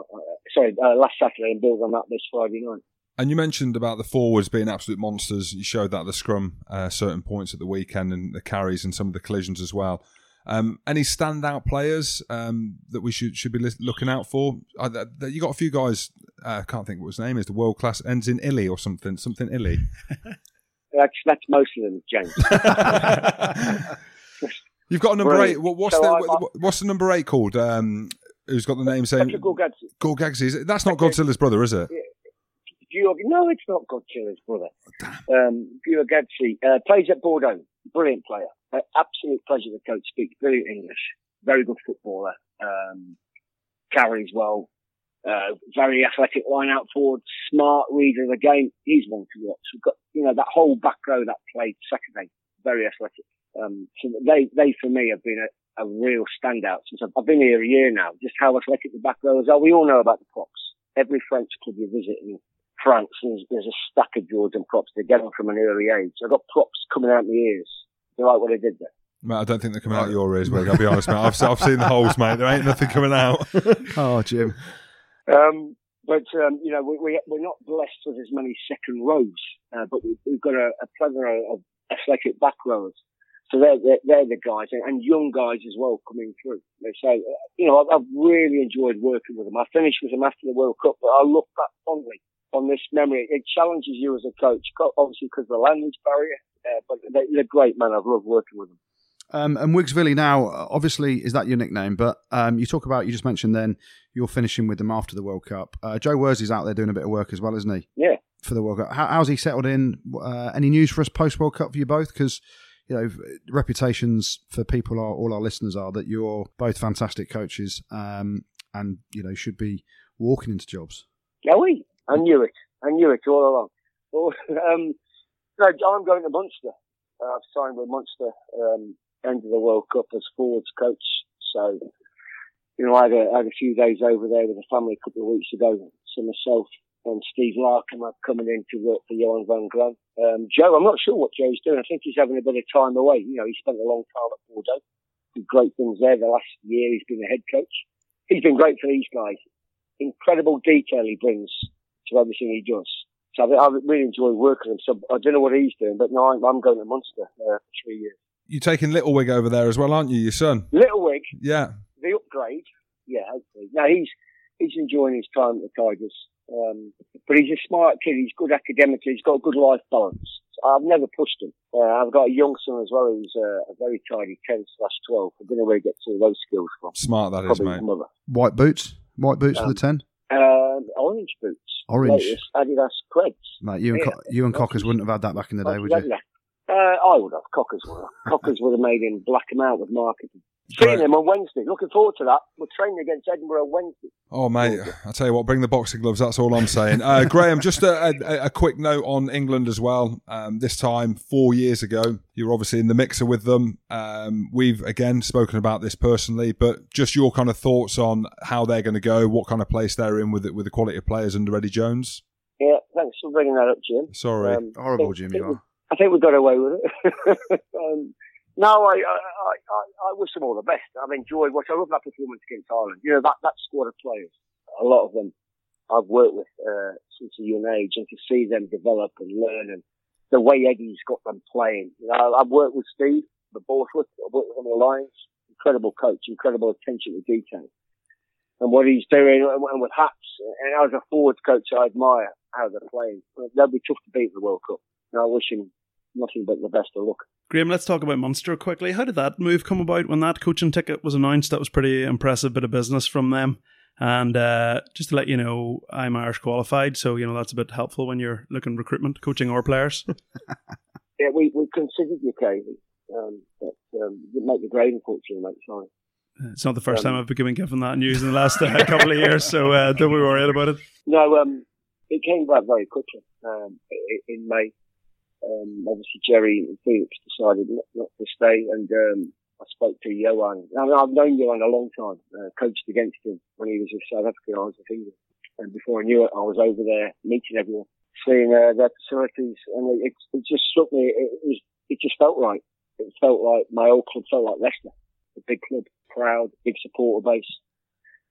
sorry, uh, last Saturday and build on that this Friday night.
And you mentioned about the forwards being absolute monsters. You showed that at the scrum, uh, certain points at the weekend, and the carries and some of the collisions as well. Um, any standout players um, that we should should be lis- looking out for? Uh, that, that you got a few guys. uh, I can't think what his name is. The world class ends in illy or something. Something illy.
That's that's most of them, James.
You've got a number
Right.
eight. What, what's
So
the
I'm-
what, what's the number eight called? Um, who's got the name saying
Patrick Gorgadze.
Gorgagsi? Is it- That's not Godzilla's brother, is it?
Georg, no, it's not Godzilla's brother. Um, Georg Gadzi, uh, plays at Bordeaux. Brilliant player. Uh, absolute pleasure to coach. Speaks brilliant English. Very good footballer. Um, carries well. Uh, very athletic line out forward. Smart reader of the game. He's one to watch. We've got, you know, that whole back row that played Saturday. Very athletic. Um, so they, they for me have been a, a real standout since I've, I've been here a year now. Just how athletic the back row is. Oh, we all know about the props. Every French club you visit in France, there's, there's a stack of Jordan props. They get them from an early age. I got props coming out my ears. They like what I did there.
Mate, I don't think they're coming out of your ears, Wig. I'll be honest, mate. I've, I've seen the holes, mate. There ain't nothing coming out.
Oh, Jim.
Um, but um, you know, we, we we're not blessed with as many second rows, uh, but we, we've got a, a plethora of athletic back rows. So they're they're, they're the guys and, and young guys as well coming through. So uh, you know, I've, I've really enjoyed working with them. I finished with them after the World Cup, but I look back fondly on this memory. It challenges you as a coach, co- obviously because of the language barrier. Uh, but they, they're great, man. I've loved working with them.
Um, and Wigsville now, uh, obviously, is that your nickname? But um, you talk about, you just mentioned then, you're finishing with them after the World Cup. Uh, Joe Worsley's out there doing a bit of work as well, isn't he?
Yeah.
For the World Cup. How, how's he settled in? Uh, any news for us post World Cup for you both? Because, you know, reputations for people, are, all our listeners are, that you're both fantastic coaches um, and, you know, should be walking into jobs.
Yeah, we. I knew it. I knew it all along. Well, um, no, I'm going to Munster. Uh, I've signed with Munster um, end of the World Cup as forwards coach. So, you know, I had a, I had a few days over there with the family a couple of weeks ago. So myself and Steve Larkham are coming in to work for Johan van Gran. Um, Joe, I'm not sure what Joe's doing. I think he's having a bit of time away. You know, he spent a long time at Bordeaux. Did great things there. The last year he's been the head coach. He's been great for these guys incredible detail he brings to everything he does. So I, I really enjoy working with him. So I don't know what he's doing, but no, I'm, I'm going to Munster uh, for three years.
You're taking Little Wig over there as well, aren't you, your son?
Little Wig,
Yeah.
the upgrade. Yeah, hopefully. No, he's he's enjoying his time at the Tigers. Um, but he's a smart kid. He's good academically. He's got a good life balance. I've never pushed him. Uh, I've got a young son as well who's uh, a very tidy 10 slash 12. I don't know where he gets all those skills from.
Smart that is,
Probably his
mate.
mother.
White boots, white boots for
Um,
the 10.
Um, orange boots.
Orange.
Latest Adidas Preds.
Mate, you and, Co- you and Cockers wouldn't have had that back in the day, would
Oh,
you?
yeah. Uh, I would have. Cockers would have. Cockers would have made him black him out with marketing. Seeing
Great.
him on Wednesday. Looking forward to that. We're training against Edinburgh Wednesday.
Oh, mate, I tell you what, bring the boxing gloves. That's all I'm saying. Uh, Graham, just a, a, a quick note on England as well. Um, this time, four years ago, you were obviously in the mixer with them. Um, we've again spoken about this personally, but just your kind of thoughts on how they're going to go, what kind of place they're in with the, with the quality of players under Eddie Jones.
Yeah, thanks for bringing that up, Jim.
Sorry.
Um,
Horrible,
think-
Jim,
think
you are.
we- I think we got away with it. um, No, I, I, I, I I wish them all the best. I've enjoyed what I love that performance against Ireland. You know, that, that squad of players, a lot of them I've worked with uh, since a young age and to see them develop and learn and the way Eddie's got them playing. You know, I've worked with Steve, the Borthwick, I've worked with him in the Lions. Incredible coach, incredible attention to detail. And what he's doing and and with Haps, and as a forward coach, I admire how they're playing. They'll be tough to beat in the World Cup. And I wish him nothing but the best of luck.
Graham, let's talk about Munster quickly. How did that move come about when that coaching ticket was announced? That was pretty impressive bit of business from them. And uh, just to let you know, I'm Irish qualified, so you know that's a bit helpful when you're looking recruitment, coaching or players. Uh,
Yeah, we, we considered you, Casey. Um, but um, you make the grade, unfortunately, mate. Sorry.
It's not the first
Um,
time I've been given- given that news in the last uh, couple of years, so uh, don't be worried about it.
No, um, it came back very quickly. Um, i- i- in May, um, obviously Jerry and Felix decided not, not to stay, and um, I spoke to Johan. I mean, I've known Johan a long time. Uh, coached against him when he was with South Africa. I was with England, and before I knew it, I was over there meeting everyone, seeing uh, their facilities, and it, it just struck me. It, it was, it just felt right. It felt like my old club felt like Leicester, a big club, proud, big supporter base.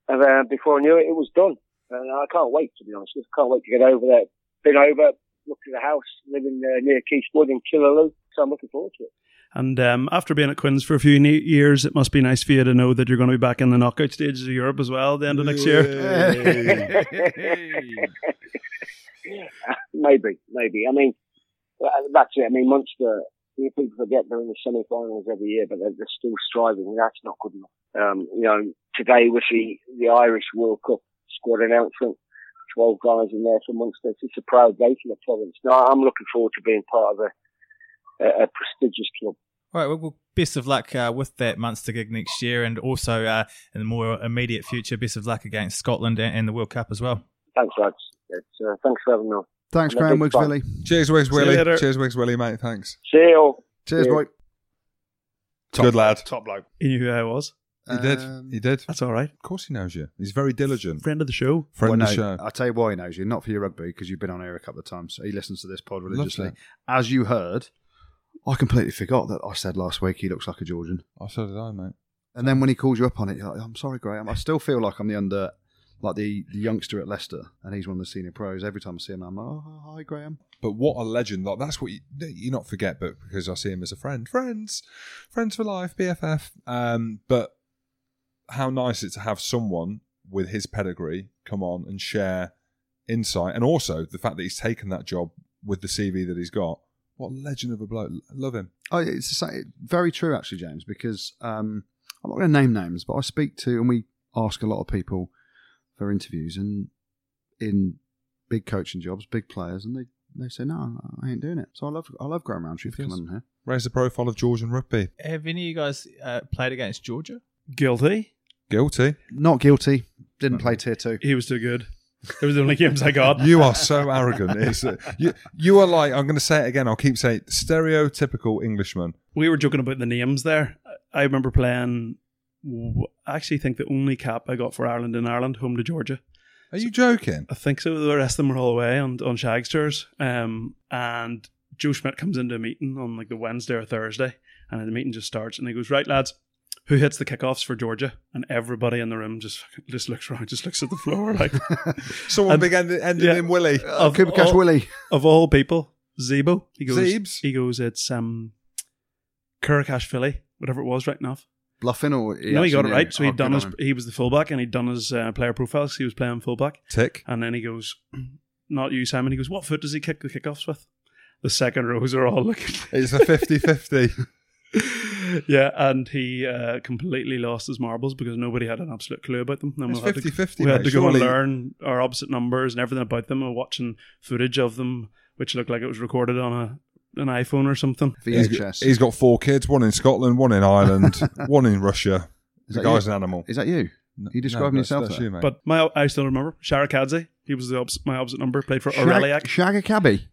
And uh, before I knew it, it was done. And I can't wait, to be honest. with you. I can't wait to get over there. Been over, looked at the house, living uh, near Keith Wood in Killaloo. So I'm looking forward to it.
And um, after being at Quinns for a few ne- years, it must be nice for you to know that you're going to be back in the knockout stages of Europe as well at the end of next year.
Maybe, maybe. I mean, uh, that's it. I mean, Munster, you know, people forget they're in the semi-finals every year, but they're, they're still striving, and that's not good enough. Um, you know, today was the, the Irish World Cup squad announcement. 12 guys in there for Munster. It's a proud day for the province. No, I'm looking forward to being part of a, a, a prestigious club.
All right. Well, well best of luck uh, with that Munster gig next year, and also uh, in the more immediate future, best of luck against Scotland and, and the World Cup as well.
Thanks, lads. It's, uh, thanks for having me on.
Thanks,
Another
Graham
big
Wiggs,
fight.
Billy.
Cheers, Wigs
you
Willie.
later.
Cheers, Wigs Willie, mate. Thanks.
See you.
Cheers,
Yeah.
boy.
Good lad.
Top bloke.
He knew who I was.
He did.
Um,
He did.
That's all right.
Of course, he knows you. He's very diligent.
Friend of the show.
Friend
well,
of the
no,
show.
I'll tell you why he knows you. Not for your rugby, because you've been on here a couple of times. So he listens to this pod religiously.
Loves
As you heard, I completely forgot that I said last week he looks like a Georgian.
Oh, so did I, mate.
And then when he calls you up on it, you're like, I'm sorry, Graham. I still feel like I'm the under, like the, the youngster at Leicester, and he's one of the senior pros. Every time I see him, I'm like, oh, hi, Graham.
But what a legend! Like that's what you, you not forget, but because I see him as a friend, friends, friends for life, BFF. Um, but how nice it to have someone with his pedigree come on and share insight, and also the fact that he's taken that job with the CV that he's got. What a legend of a bloke! Love him.
Oh, it's the same, very true, actually, James. Because um, I'm not going to name names, but I speak to and we ask a lot of people for interviews and in big coaching jobs, big players, and they, they say no, I ain't doing it. So I love I love Graham Roundtree for
Yes.
coming here.
Raise the profile of Georgian rugby.
Have any of you guys uh, played against Georgia?
Guilty.
Guilty.
Not guilty. Didn't play tier two.
He was too good. They were the only games I got.
You are so arrogant. It's, uh, you, you are like I'm going to say it again. I'll keep saying it, stereotypical Englishman.
we were joking about the names there. I remember playing. I actually think the only cap I got for Ireland in Ireland, home to Georgia.
Are you joking?
I think so. The rest of them were all away on on Shagsters. Um, and Joe Schmidt comes into a meeting on like the Wednesday or Thursday, and the meeting just starts, and he goes, "Right, lads, who hits the kickoffs for Georgia?" And everybody in the room just just looks around, just looks at the floor, like
Someone
And-
began ending
yeah.
in Willie.
Oh,
of
Cooper Cash
all-
Willie.
of all people, Zebo. He goes,
Zeebs?
He goes, it's um, Kurakash Philly, whatever it was, right enough.
Bluffing or he
no, he got it
actually knew.
right. So
Oh,
he'd done
good
his,
on him.
he was the fullback and he'd done his uh, player profile 'cause he was playing fullback.
Tick.
And then he goes, not you, Simon. He goes, what foot does he kick the kickoffs with? The second rows are all looking.
It's a 50 50.
yeah, and he uh, completely lost his marbles because nobody had an absolute clue about them. Then
It's
we had to-
50 50.
we had to go and learn our opposite numbers and everything about them and watching footage of them, which looked like it was recorded on a an iPhone or something.
VHS.
he's got four kids one in Scotland, one in Ireland, one in Russia.
Is
the
that
guy's
you?
an animal.
Is that you?
No,
you describing
that's-
yourself
that's
there?
you, mate.
But my I still remember Sharakadze. He was the opposite, my opposite number. Played for
Shag-
Aureliac.
Shagger Cabby.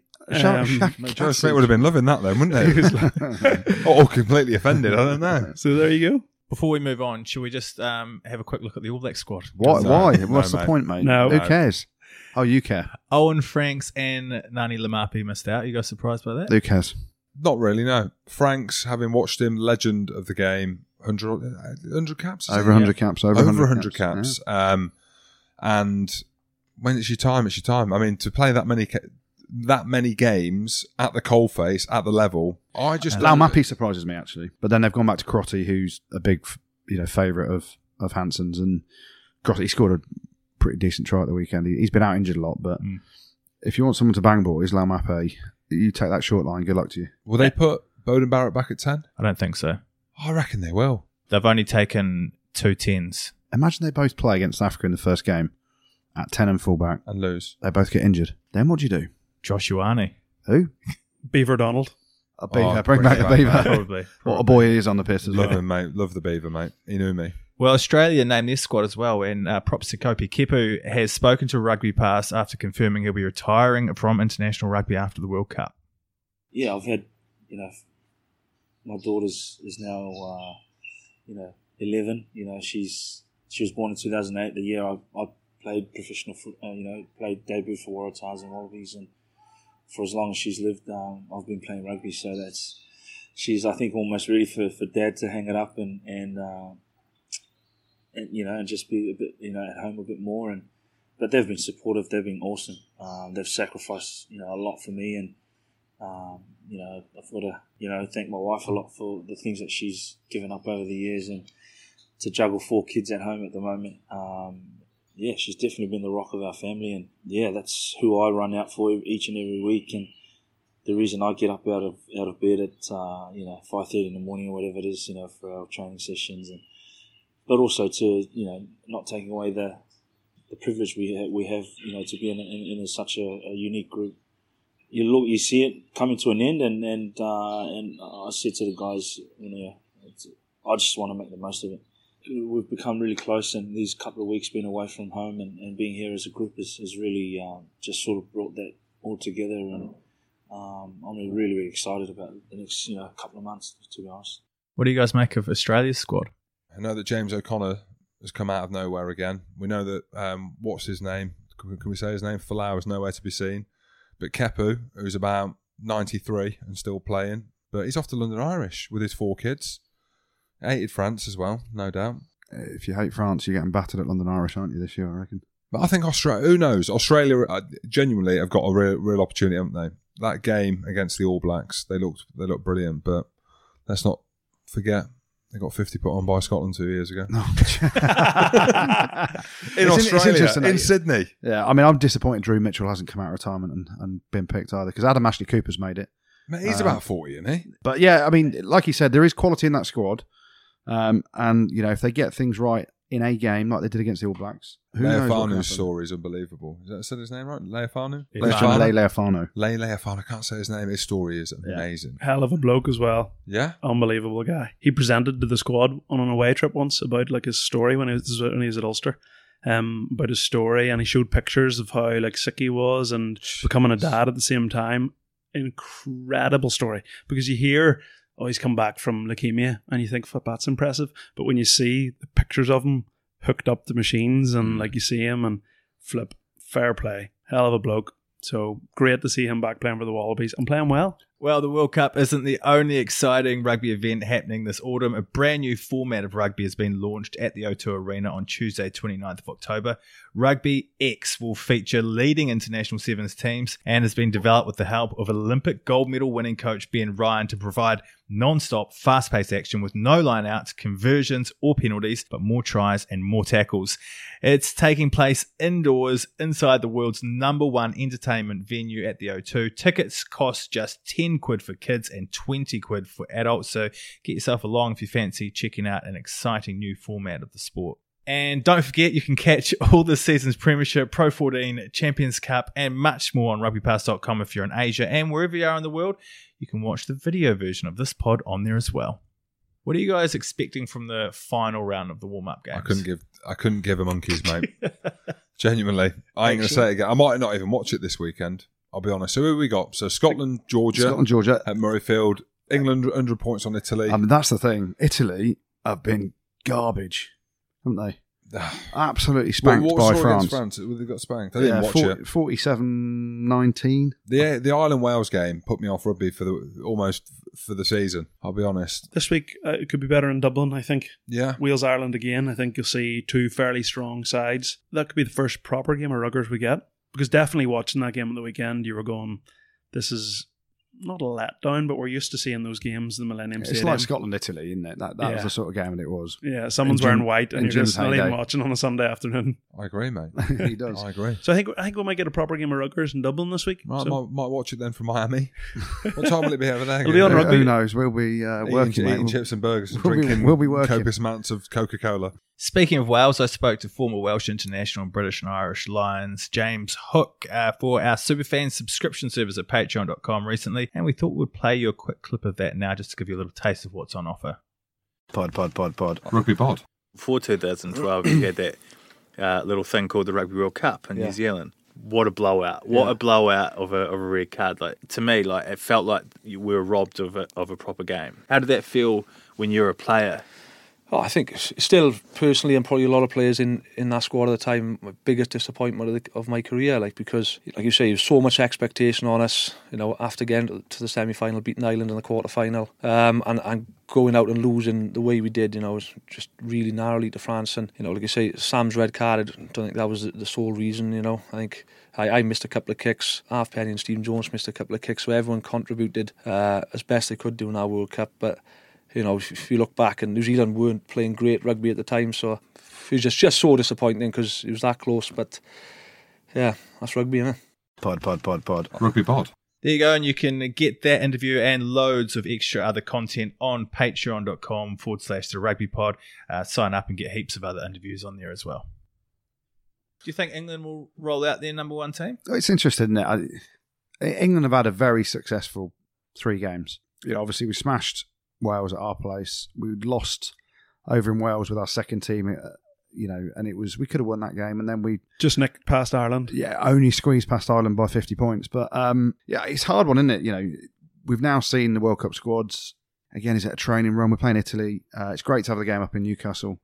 Shag-
Um,
Shagger
Mate, Joe
Cabby.
Smith would have been loving that then, wouldn't he? oh, completely offended. I don't know.
so there you go.
Before we move on, should we just um, have a quick look at the All Black squad? uh,
Why?
No,
why?
no,
What's
mate.
the point, mate?
No.
Who
No.
cares? Oh, you care.
Owen Franks and Nani Lamapi missed out. You guys surprised by that?
Who cares?
Not really, no. Frank's, having watched him, legend of the game, 100, 100 caps? is it?
Over 100 caps. Over,
over 100 caps. Um, and when it's your time, it's your time. I mean, to play that many ca- that many games at the coalface, at the level, I just
Yeah.
don't-
Laumapi surprises me, actually. But then they've gone back to Crotty, who's a big f- you know favourite of, of Hanson's. And Crotty he scored a pretty decent try at the weekend. He, he's been out injured a lot, but
Mm.
if you want someone to bang boys, Laumapi, you take that short line. Good luck to you.
Will they put Bowden Barrett back at 10?
I don't think so.
I reckon they will.
They've only taken two tens.
Imagine they both play against Africa in the first game at 10 and fullback.
And lose.
They both get injured. Then what do you do?
Joshuani.
Who?
Beaver Donald.
A
beaver.
beaver. bring back a
bring back
beaver.
Probably.
what a boy he is on the pitch as
Love
well.
him, mate. Love the Beaver, mate. He knew me.
Well, Australia named their squad as well, and uh, props to Kopi Kepu has spoken to Rugby Pass after confirming he'll be retiring from international rugby after the World Cup.
yeah, I've had, you know, my daughter's is now, uh, you know, eleven. You know, she's she was born in two thousand eight, the year I, I played professional, fo- uh, you know, played debut for Waratahs and Wallabies, and for as long as she's lived, um, I've been playing rugby. So that's she's, I think, almost ready for, for dad to hang it up and and, uh, and you know, and just be a bit, you know, at home a bit more. And but they've been supportive. They've been awesome. Um, they've sacrificed, you know, a lot for me and um, you know, I've got to, you know, thank my wife a lot for the things that she's given up over the years and to juggle four kids at home at the moment. Um, yeah, she's definitely been the rock of our family. And yeah, that's who I run out for each and every week. And the reason I get up out of, out of bed at, uh, you know, 5.30 in the morning or whatever it is, you know, for our training sessions and, but also to, you know, not taking away the, the privilege we have, we have, you know, to be in, in, in such a, a unique group you look, you see it coming to an end, and and uh, and I said to the guys, you know, it's, I just want to make the most of it. We've become really close, and these couple of weeks being away from home and, and being here as a group has, has really um, just sort of brought that all together. And um, I'm really, really excited about the next, you know, couple of months. To be honest.
What do you guys make of Australia's squad?
I know that James O'Connor has come out of nowhere again. We know that um, what's his name? Can can we say his name? Falau is nowhere to be seen. But Kepu, who's about 93 and still playing, but he's off to London Irish with his four kids. Hated France as well, no doubt.
Uh, If you hate France, you're getting battered at London Irish, aren't you, this year, I reckon?
But I think Australia, who knows? Australia uh, genuinely have got a real, real opportunity, haven't they? That game against the All Blacks, they looked they looked brilliant, but let's not forget they got 50 put on by Scotland two years ago.
No.
In
It's in- it's
Australia,
interesting that
in
you-
Sydney.
Yeah, I mean, I'm disappointed Drew Mitchell hasn't come out of retirement and, and been picked either because Adam Ashley Cooper's made it.
Mate, he's
Um,
about 40, isn't he?
But yeah, I mean, like you said, there is quality in that squad. Um, and, you know, if they get things right in a game like they did against the All Blacks, who knows? what can happen?
Leofanu's story is unbelievable. Is that I said his name right? Leofanu?
Yeah.
Christian
Leofanu.
Le-
Leofanu?
Leofano.
Le Leofanu. I can't say his name. His story is amazing.
Hell of a bloke as well.
Yeah?
Unbelievable guy. He presented to the squad on an away trip once about like his story when he was when he was at Ulster. Um, about his story, and he showed pictures of how like sick he was and becoming a dad at the same time. Incredible story because you hear, oh, he's come back from leukemia, and you think, "Fuck, that's impressive. But when you see the pictures of him hooked up to machines and like you see him and flip, fair play, hell of a bloke. So great to see him back playing for the Wallabies and playing well.
Well, the World Cup isn't the only exciting rugby event happening this autumn. A brand new format of rugby has been launched at the O2 Arena on Tuesday, 29th of October. Rugby X will feature leading international sevens teams and has been developed with the help of Olympic gold medal winning coach Ben Ryan to provide non stop, fast paced action with no line outs, conversions, or penalties, but more tries and more tackles. It's taking place indoors inside the world's number one entertainment venue at the O2. Tickets cost just 10 quid for kids and 20 quid for adults, so get yourself along if you fancy checking out an exciting new format of the sport. And don't forget, you can catch all this season's Premiership, Pro 14, Champions Cup, and much more on rugbypass.com if you're in Asia and wherever you are in the world. You can watch the video version of this pod on there as well. What are you guys expecting from the final round of the warm up games?
I couldn't give I couldn't give a monkey's, mate. Genuinely. I ain't going to say it again. I might not even watch it this weekend. I'll be honest. So who we got? So Scotland, Georgia
Scotland, Um, Georgia.
at Murrayfield. England, 100 points on Italy.
I mean, that's the thing. Italy have been garbage, haven't they? Absolutely spanked
What- what
by
score
France.
against France? They got spanked. I didn't watch it.
47 19.
The the Ireland Wales game put me off rugby for the almost for the season. I'll be honest.
This week uh, it could be better in Dublin, I think.
Yeah,
Wales Ireland again. I think you'll see two fairly strong sides. That could be the first proper game of Ruggers we get because definitely watching that game at the weekend, you were going, "This is not a letdown," but we're used to seeing those games in the Millennium
It's
Stadium.
like Scotland Italy, isn't it? That, that was
Yeah.
the sort of game that it was.
yeah, someone's
in Jim-
wearing white,
in
and you're just
Jim's
not even
heyday.
watching on a Sunday afternoon.
I agree, mate.
he does.
I agree.
So I think I think we might get a proper game of Ruggers in Dublin this week.
Might,
So-
might, might watch it then from Miami. what time will it be over there?
It'll be on
Who-
Again?
rugby.
Who knows? We'll be uh,
Eating-
working.
eating,
mate.
chips and burgers and
We'll be-
drinking
we'll be working.
copious amounts of Coca Cola.
Speaking of Wales, I spoke to former Welsh international and British and Irish Lions James Hook uh, for our Superfan subscription service at patreon.com recently, and we thought we'd play you a quick clip of that now just to give you a little taste of what's on offer.
Pod, pod, pod, pod.
Rugby pod.
before 2012, you had that uh, little thing called the Rugby World Cup in New Zealand. What a blowout! What a blowout of a, of a red card. Like to me, like it felt like you were robbed of a, of a proper game. How did that feel when you're a player?
Oh, I think s- still personally, and probably a lot of players in, in that squad at the time, my biggest disappointment of, the, of my career. Like because, like you say, there's so much expectation on us. You know, after getting to- to the semi final, beating Ireland in the quarter final, um, and and going out and losing the way we did, you know, was just really narrowly to France. And you know, like you say, Sam's red card. I don't think that was the, the sole reason. You know, I think. I, I missed a couple of kicks. Halfpenny and Steve Jones missed a couple of kicks. So everyone contributed uh, as best they could do in our World Cup. But you know, if- if you look back, and New Zealand weren't playing great rugby at the time, so it was just, just so disappointing because it was that close. But yeah, that's rugby, innit?
Pod, pod, pod, pod.
Rugby pod.
There you go, and you can get that interview and loads of extra other content on patreon.com forward slash the rugby pod. Uh, sign up and get heaps of other interviews on there as well. Do you think England will roll out their number one team?
It's interesting, isn't it? I, E, England have had a very successful three games. You know, obviously, we smashed Wales at our place. We lost over in Wales with our second team, uh, you know, and it was, we could have won that game. And then we
Just nicked past Ireland.
yeah, only squeezed past Ireland by 50 points. But um, yeah, it's a hard one, isn't it? You know, we've now seen the World Cup squads. Again, is it a training run? We're playing Italy. Uh, it's great to have the game up in Newcastle.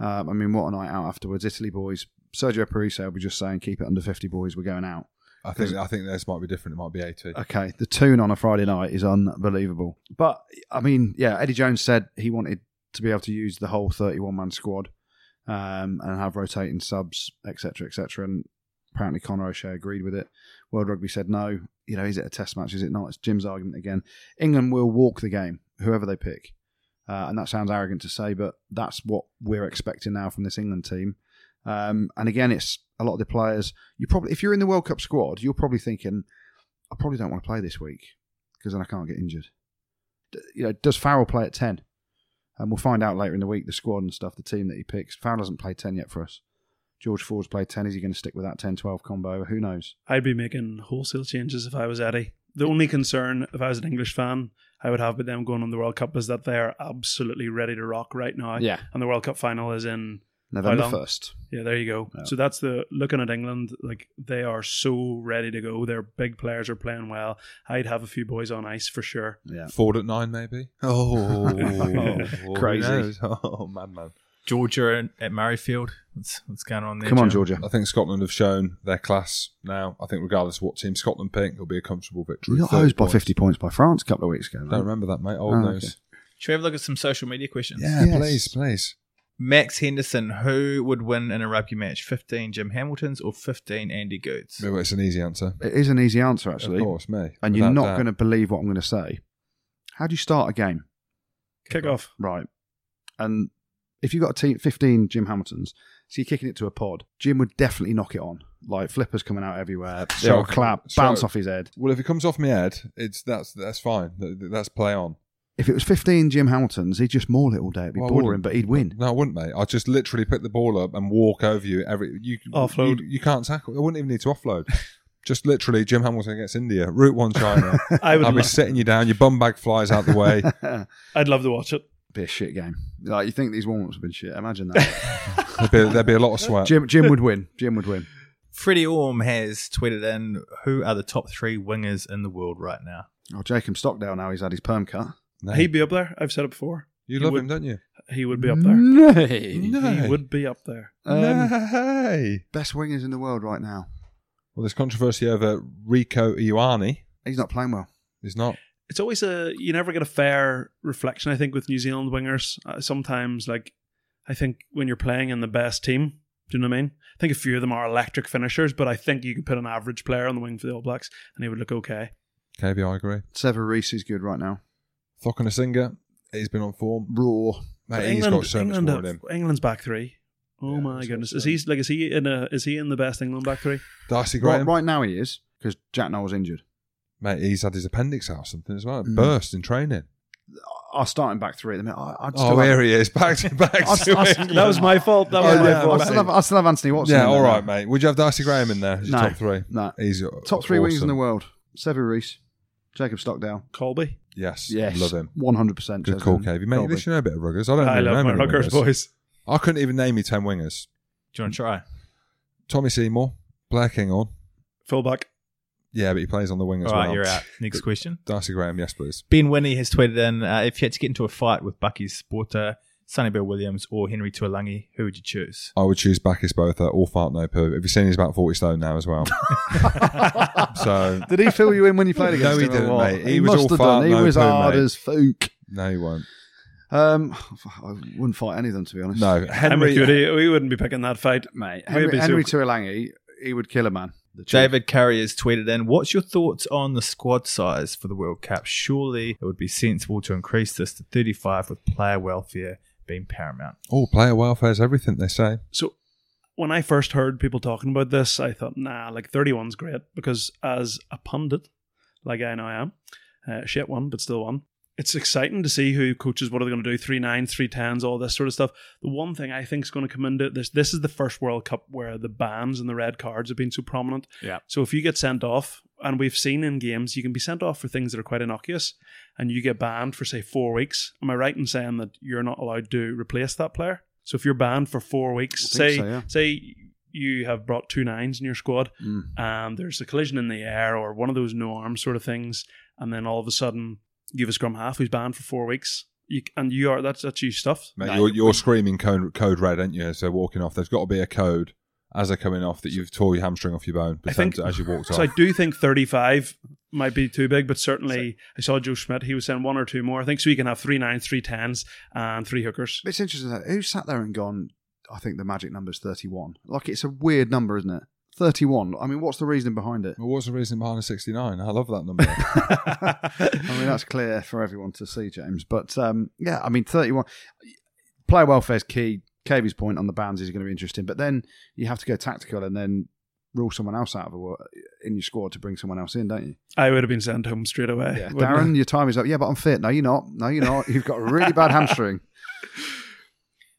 Um, I mean, what a night out afterwards. Italy boys. Sergio Parisse will be just saying, keep it under 50 boys. We're going out.
I think I think this might be different. It might be eighty.
Okay, the tune on a Friday night is unbelievable. But I mean, yeah, Eddie Jones said he wanted to be able to use the whole 31 man squad um, and have rotating subs, etc., etc. And apparently Conor O'Shea agreed with it. World Rugby said no. You know, is it a test match? Is it not? It's Jim's argument again. England will walk the game, whoever they pick. Uh, and that sounds arrogant to say, but that's what we're expecting now from this England team. Um, and again, it's a lot of the players. You probably, if you're in the World Cup squad, you're probably thinking, I probably don't want to play this week because then I can't get injured. D- You know, does Farrell play at ten? And we'll find out later in the week the squad and stuff, the team that he picks. Farrell hasn't played ten yet for us. George Ford's played ten. Is he going to stick with that 10-12 combo? Who knows?
I'd be making wholesale changes if I was Eddie. The only concern, if I was an English fan, I would have with them going on the World Cup is that they are absolutely ready to rock right now.
Yeah.
And the World Cup final is in.
November
long?
first.
Yeah, there you go.
Yeah.
So that's the looking at England. Like they are so ready to go. Their big players are playing well. I'd have a few boys on ice for sure.
Yeah.
Ford at nine, maybe. Oh, who
Crazy.
knows? Oh, madman.
Georgia and- at Murrayfield. What's, what's going on there?
Come on,
Joe?
Georgia.
I think Scotland have shown their class now. I think regardless of what team Scotland pick, it'll be a comfortable victory.
We got
30
hosed by
points.
fifty points by France a couple of weeks ago.
Don't
Right?
remember that, mate. Old
Oh, okay.
news.
Should we have a look at some social media questions?
Yeah,
Yes.
please, please.
Max Henderson, who would win in a rugby match? 15 Jim Hamiltons or 15 Andy Goods?
Maybe it's an easy answer.
It is an easy answer actually,
of course, me.
and you're
without
not
doubt.
going to believe what I'm going to say. How do you start a game?
Kick off.
Right. And if you've got a team, 15 Jim Hamiltons, so you're kicking it to a pod, Jim would definitely knock it on. Like flippers coming out everywhere,
Strike.
they'll clap, bounce
Strike.
off his head.
Well, if it comes off my head, it's that's that's fine. Th- th- That's play on.
If it was 15 Jim Hamiltons, he'd just maul it all day. It'd be
Well, I
boring,
wouldn't.
but he'd win.
No, I wouldn't, mate. I'd just literally pick the ball up and walk over you. Every you
Offload.
You, you can't tackle. I wouldn't even need to offload. just literally, Jim Hamilton against India, Route One China.
I would.
I'll be
Lo-
sitting you down. Your bum bag flies out the way.
I'd love to watch it.
be a shit game. Like, you think these warm ups have been shit. Imagine that.
there'd, be, there'd be a lot of sweat.
Jim, Jim would win. Jim would win.
Freddie Orm has tweeted in who are the top three wingers in the world right now?
Oh, Jacob Stockdale now, he's had his perm cut.
No,
He'd be up there. I've said it before.
you
he
love
would-
him, don't you?
he would be up there. He
No.
would um, be up there.
Nay.
Um, Best wingers in the world right now.
Well, there's controversy over Rico Ioane.
He's not playing well.
He's not.
It's always a you never get a fair reflection. I think with New Zealand wingers, uh, sometimes like I think when you're playing in the best team, do you know what I mean? I think a few of them are electric finishers, but I think you could put an average player on the wing for the All Blacks and he would look okay.
KB, I agree.
Severese is good right now.
Fokunasinger, he's been on form.
Raw.
But
Mate, he's got so much
England
more in
have-
him.
England's back three. Oh
Yeah, um,
my
that's
goodness! Is
what's
he like? Is he in a? Is he in the best England back three?
Darcy
Right,
Graham,
right now he is because Jack Noel's injured.
mate, he's had his appendix out or something as well.
Mm.
Burst in training.
Our starting back three at the minute. I, I'd still
Oh,
have-
here he is. Back to back.
I'd-
to
I'd-
England.
That was my
fault. That
I'd
was my
still have-
fault.
I'd still have, I'd still have Anthony Watson.
yeah,
in
all
there
right,
now.
mate. Would you have Darcy Graham in there? He's
No.
top three.
No.
He's
Top three wings in
awesome.
the world. Severese, Jacob Stockdale.
Colby.
Yes.
Yes.
Love him.
One hundred percent.
Good call, Cavey. Mate, at least you know a bit of ruggers. I don't
I
really
love
know
my
many
Rockers
wingers.
boys.
I couldn't even name you 10 wingers.
Do you want to try?
Tommy Seymour, Blair Kinghorn.
Fullback.
Yeah, but he plays on the wing as
All right,
well.
you're out. Next question.
Darcy Graham, yes, please.
Ben Winnie has tweeted in uh, if you had to get into a fight with Bucky Sporter, Sonny Bill Williams, or Henry Tuolangi, who would you choose?
I would choose Bacchus Botha or Fart No Poo. Have you seen he's about 40 stone now as well? so,
Did he fill you in when you played
No,
against
he
him? or
didn't,
what?
mate.
He,
He was
must
all
have
fart,
done. He
no
was
poo,
hard
mate.
as fook.
no, he won't.
Um, I wouldn't fight any of them to be honest.
No,
Henry
Henry.
Goody. We wouldn't be picking that fight.
mate.
We'd
Henry,
be
Henry
super-
Tuilangi, he would kill a man. The chief.
David Curry has tweeted in, what's your thoughts on the squad size for the World Cup? Surely it would be sensible to increase this to 35 with player welfare being paramount.
Oh, player welfare is everything, they say.
So when I first heard people talking about this, I thought, nah, like 31's great because as a pundit, like I now am, uh, shit one, but still one. It's exciting to see who coaches, what are they going to do, three nines, three tens, all this sort of stuff. The one thing I think is going to come into this, this is the first World Cup where the bans and the red cards have been so prominent.
Yeah.
So if you get sent off, and we've seen in games, you can be sent off for things that are quite innocuous, and you get banned for say four weeks. Am I right in saying that you're not allowed to replace that player? So if you're banned for four weeks,
I think
say
so, yeah.
say you have brought two nines in your squad,
Mm.
and um, there's a collision in the air or one of those no arm sort of things, and then all of a sudden you have a scrum half who's banned for four weeks, you, and you are that's that's you stuffed.
Mate, you're, you're screaming code, code red, aren't you, as they're walking off? There's got to be a code as they're coming off that you've tore your hamstring off your bone pretend to- as you walked
So I
off.
do think 35 might be too big, but certainly I saw Joe Schmidt. He was saying one or two more. I think so. You can have three nines, three tens, and three hookers.
It's interesting that who sat there and gone. I think the magic number is thirty-one. Like it's a weird number, isn't it? Thirty-one. I mean, what's the reasoning behind it?
well, what's the reason behind a 69? I love that number.
I mean, that's clear for everyone to see, James. But um, yeah, I mean, 31. Player welfare's key. Kavey's point on the bans is going to be interesting. But then you have to go tactical and then rule someone else out of a, wo- in your squad to bring someone else in, don't you?
I would have been sent home straight away. wouldn't I?
Darren, your time is up. Yeah, but I'm fit. No, you're not. No, you're not. You've got a really bad hamstring.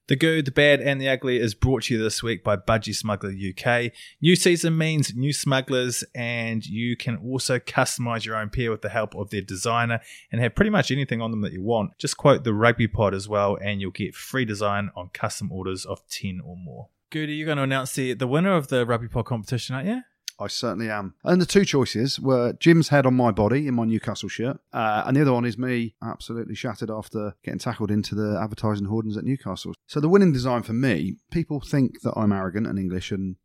The good, the bad, and the ugly is brought to you this week by Budgie Smuggler UK. New season means new smugglers, and you can also customize your own pair with the help of their designer and have pretty much anything on them that you want. Just quote the rugby pod as well, and you'll get free design on custom orders of 10 or more. Goody, you're going to announce the, the winner of the rugby pod competition, aren't you?
I certainly am. And the two choices were Jim's head on my body in my Newcastle shirt, uh, and the other one is me absolutely shattered after getting tackled into the advertising hoardings at Newcastle. So the winning design for me, people think that I'm arrogant and English, and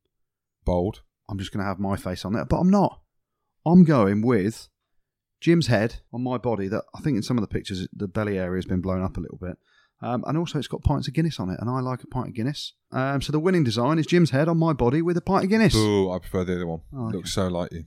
Bold.
I'm just going to have my face on it, but I'm not. I'm going with Jim's head on my body. That I think in some of the pictures, the belly area has been blown up a little bit. Um, and also, it's got pints of Guinness on it, and I like a pint of Guinness. Um, so the winning design is Jim's head on my body with a pint of Guinness.
Boo, I prefer the other one.
Oh, okay.
Looks so like you.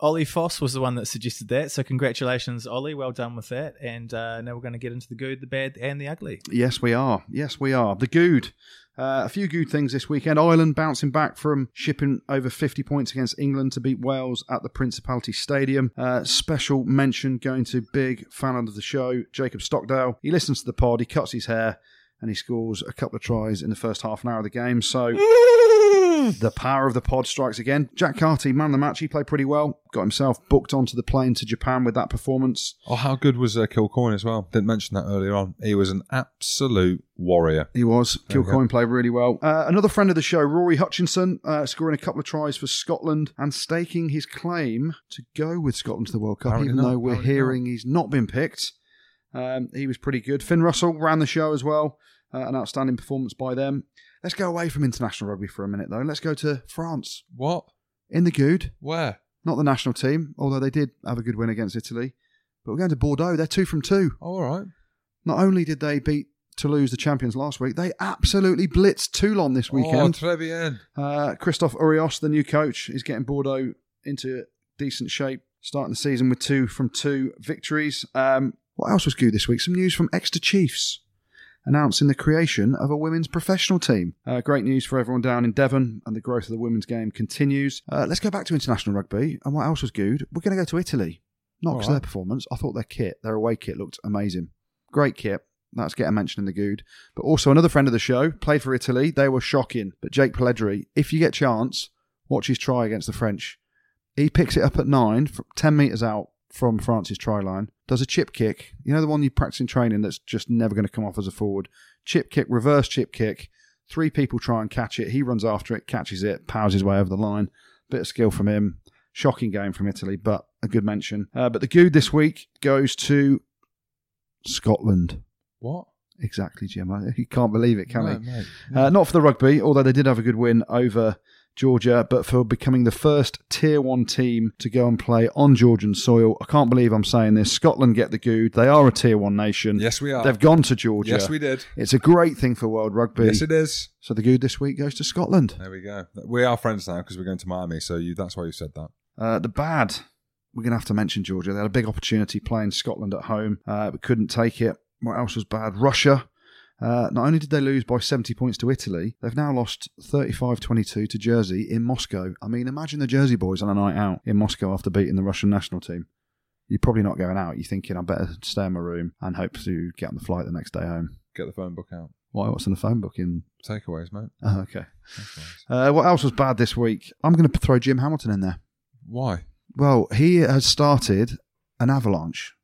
Ollie Foss was the one that suggested that, so congratulations, Ollie. Well done with that. And uh, now we're going to get into the good, the bad, and the ugly.
Yes, we are. Yes, we are. The good. Uh, a few good things this weekend. Ireland bouncing back from shipping over 50 points against England to beat Wales at the Principality Stadium. Uh, special mention going to big fan of the show, Jacob Stockdale. He listens to the pod, he cuts his hair, and he scores a couple of tries in the first half an hour of the game. So the power of the pod strikes again. Jack Carty, man of the match, he played pretty well. Got himself booked onto the plane to Japan with that performance.
Oh, how good was uh, Kilcoyne as well? Didn't mention that earlier on. He was an absolute warrior.
He was.
There we go.
Kilcoyne played really well. Uh, another friend of the show, Rory Hutchinson, uh, scoring a couple of tries for Scotland and staking his claim to go with Scotland to the World Cup,
Apparently
even
not.
though we're
Apparently
hearing he's not been picked. Um, he was pretty good. Finn Russell ran the show as well. Uh, an outstanding performance by them. Let's go away from international rugby for a minute, though. Let's go to France
What?
in the Goud.
Where?
Not the national team, although they did have a good win against Italy. But we're going to Bordeaux. They're two from two.
Oh, all right.
Not only did they beat Toulouse, the champions, last week, they absolutely blitzed Toulon this
Oh,
weekend.
très bien.
Uh, Christophe Urios, the new coach, is getting Bordeaux into decent shape, starting the season with two from two victories. Um, what else was good this week? Some news from Exeter Chiefs announcing the creation of a women's professional team. Uh, great news for everyone down in Devon, and the growth of the women's game continues. Uh, let's go back to international rugby, and what else was good? We're going to go to Italy. Not because
All right.
their performance, I thought their kit, their away kit looked amazing. Great kit. That's getting mentioned in the good. But also another friend of the show played for Italy. They were shocking. But Jake Pelledri, if you get chance, watch his try against the French. He picks it up at nine, fr- ten meters out from France's try line. Does a chip kick. You know the one you practice in training that's just never going to come off as a forward. Chip kick, reverse chip kick. Three people try and catch it. He runs after it, catches it, powers his way over the line. Bit of skill from him. Shocking game from Italy, but a good mention. Uh, but the good this week goes to Scotland.
What?
Exactly, Jim. I- He can't believe it, can he?
No, mate.
Uh, not for the rugby, although they did have a good win over Georgia, but for becoming the first tier one team to go and play on Georgian soil. I can't believe I'm saying this. Scotland get the good. They are a tier one nation.
Yes, we are.
They've gone to Georgia.
Yes, we did.
It's a great thing for world rugby.
Yes, it is.
so the good this week goes to Scotland.
There we go. We are friends now because we're going to Miami. So you, that's why you said that.
Uh, the bad, we're going to have to mention Georgia. They had a big opportunity playing Scotland at home, uh, but couldn't take it. What else was bad? Russia. Uh, not only did they lose by 70 points to Italy, they've now lost 35 22 to Jersey in Moscow. I mean, imagine the Jersey boys on a night out in Moscow after beating the Russian national team. You're probably not going out. You're thinking, I better stay in my room and hope to get on the flight the next day home.
Get the phone book out.
Why? What's in the phone book? In
Takeaways, mate.
oh, okay.
Takeaways.
Uh, what else was bad this week? I'm going to throw Jim Hamilton in there.
Why?
Well, he has started an avalanche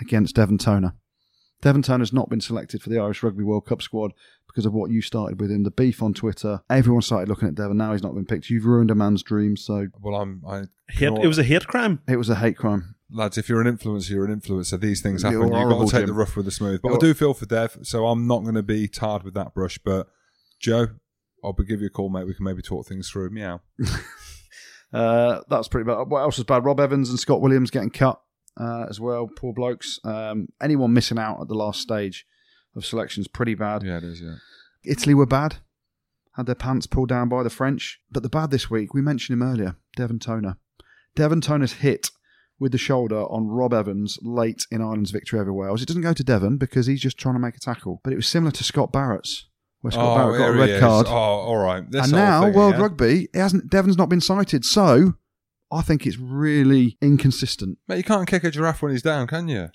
against Devon Toner. Devon Toner's not been selected for the Irish Rugby World Cup squad because of what you started with him, the beef on Twitter. Everyone started looking at Devon. Now he's not been picked. You've ruined a man's dream. So
Well, I'm. I,
Hate, it was a hate crime.
it was a hate crime.
lads, if you're an influencer, you're an influencer. These things
You're
happen. You've got
horrible,
to take
Jim.
the rough with the smooth. But I
You're-
do feel for Dev, so I'm not going to be tarred with that brush. But Joe, I'll be give you a call, mate. We can maybe talk things through. Meow.
Uh, that's pretty bad. What else is bad? Rob Evans and Scott Williams getting cut uh, as well. Poor blokes. Um, anyone missing out at the last stage of selection is pretty bad.
Yeah, it is. Yeah.
Italy were bad, had their pants pulled down by the French. But the bad this week, we mentioned him earlier, Devon Toner. Devon Toner's hit with the shoulder on Rob Evans late in Ireland's victory over Wales. It doesn't go to Devon because he's just trying to make a tackle. But it was similar to Scott Barrett's, where Scott Barrett got
Oh, here
a
he
red
is.
card.
Oh, all right. This
and
whole
now
thing
World
again.
Rugby, it hasn't Devon's not been cited. So I think it's really inconsistent.
Mate, you can't kick a giraffe when he's down, can you?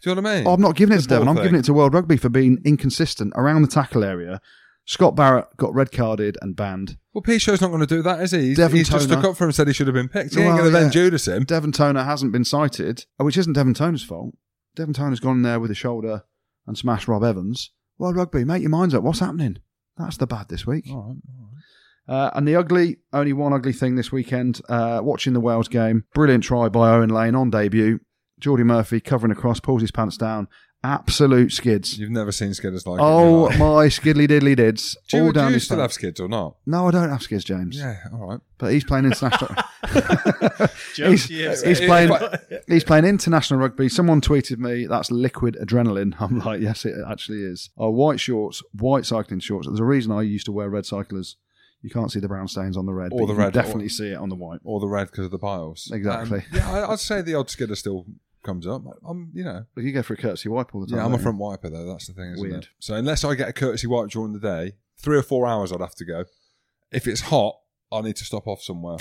Do you know what I mean?
Oh, I'm not giving it to
The ball
Devon. I'm
thing.
giving it to World Rugby for being inconsistent around the tackle area. Scott Barrett got red carded and banned.
Well, Pichot's not going to do that, is he? He's,
Devon
he's just
Toner.
stuck up for him and said he should have been picked. He ain't
Well,
going to
yeah.
then Judas him.
Devon Toner hasn't been cited, uh, which isn't Devon Toner's fault. Devon Toner's gone there with a shoulder and smashed Rob Evans. Well, rugby, make your minds up. What's happening? That's the bad this week.
All right.
Uh, and the ugly, only one ugly thing this weekend. Uh, watching the Wales game, brilliant try by Owen Lane on debut. Geordie Murphy covering across, pulls his pants down. Absolute skids.
You've never seen skidders like
Oh
him. in your life.
my skiddly diddly dids!
Do you,
all
do
down
you
his
still
pants.
have skids or not?
No, I don't have skids, James.
Yeah, all right.
But he's playing international. he's,
yes.
he's playing. He's playing international rugby. Someone tweeted me, "That's liquid adrenaline." I'm like, "Yes, it actually is." Are white shorts, white cycling shorts. There's a reason I used to wear red cyclers. You can't see the brown stains on the red,
Or
but
the
you can
red,
definitely
or-
see it on the white.
Or the red because of the piles.
Exactly.
Um, yeah, I, I'd say the odd skidder still comes up. I'm, you know,
But you go for a courtesy wipe all the time.
yeah, I'm a
don't you?
front wiper though. That's the thing, isn't
Weird.
it? So unless I get a courtesy wipe during the day, three or four hours I'd have to go. If it's hot, I need to stop off somewhere.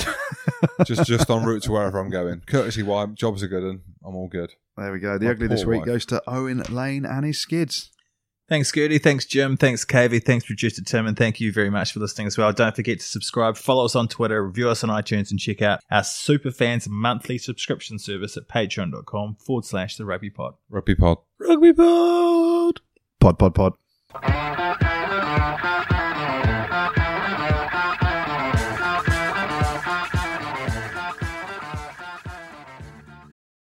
just just en route to wherever I'm going. Courtesy wipe, jobs are good, and I'm all good.
There we go. The
My
ugly this
poor
week
wife.
goes to Owen Lane and his skids.
Thanks, Gertie. Thanks, Jim. Thanks, Kavy. Thanks, producer Tim. And thank you very much for listening as well. Don't forget to subscribe, follow us on Twitter, review us on iTunes, and check out our Superfans monthly subscription service at patreon.com forward slash the rugby pod.
Rugby pod.
Pod, pod, pod.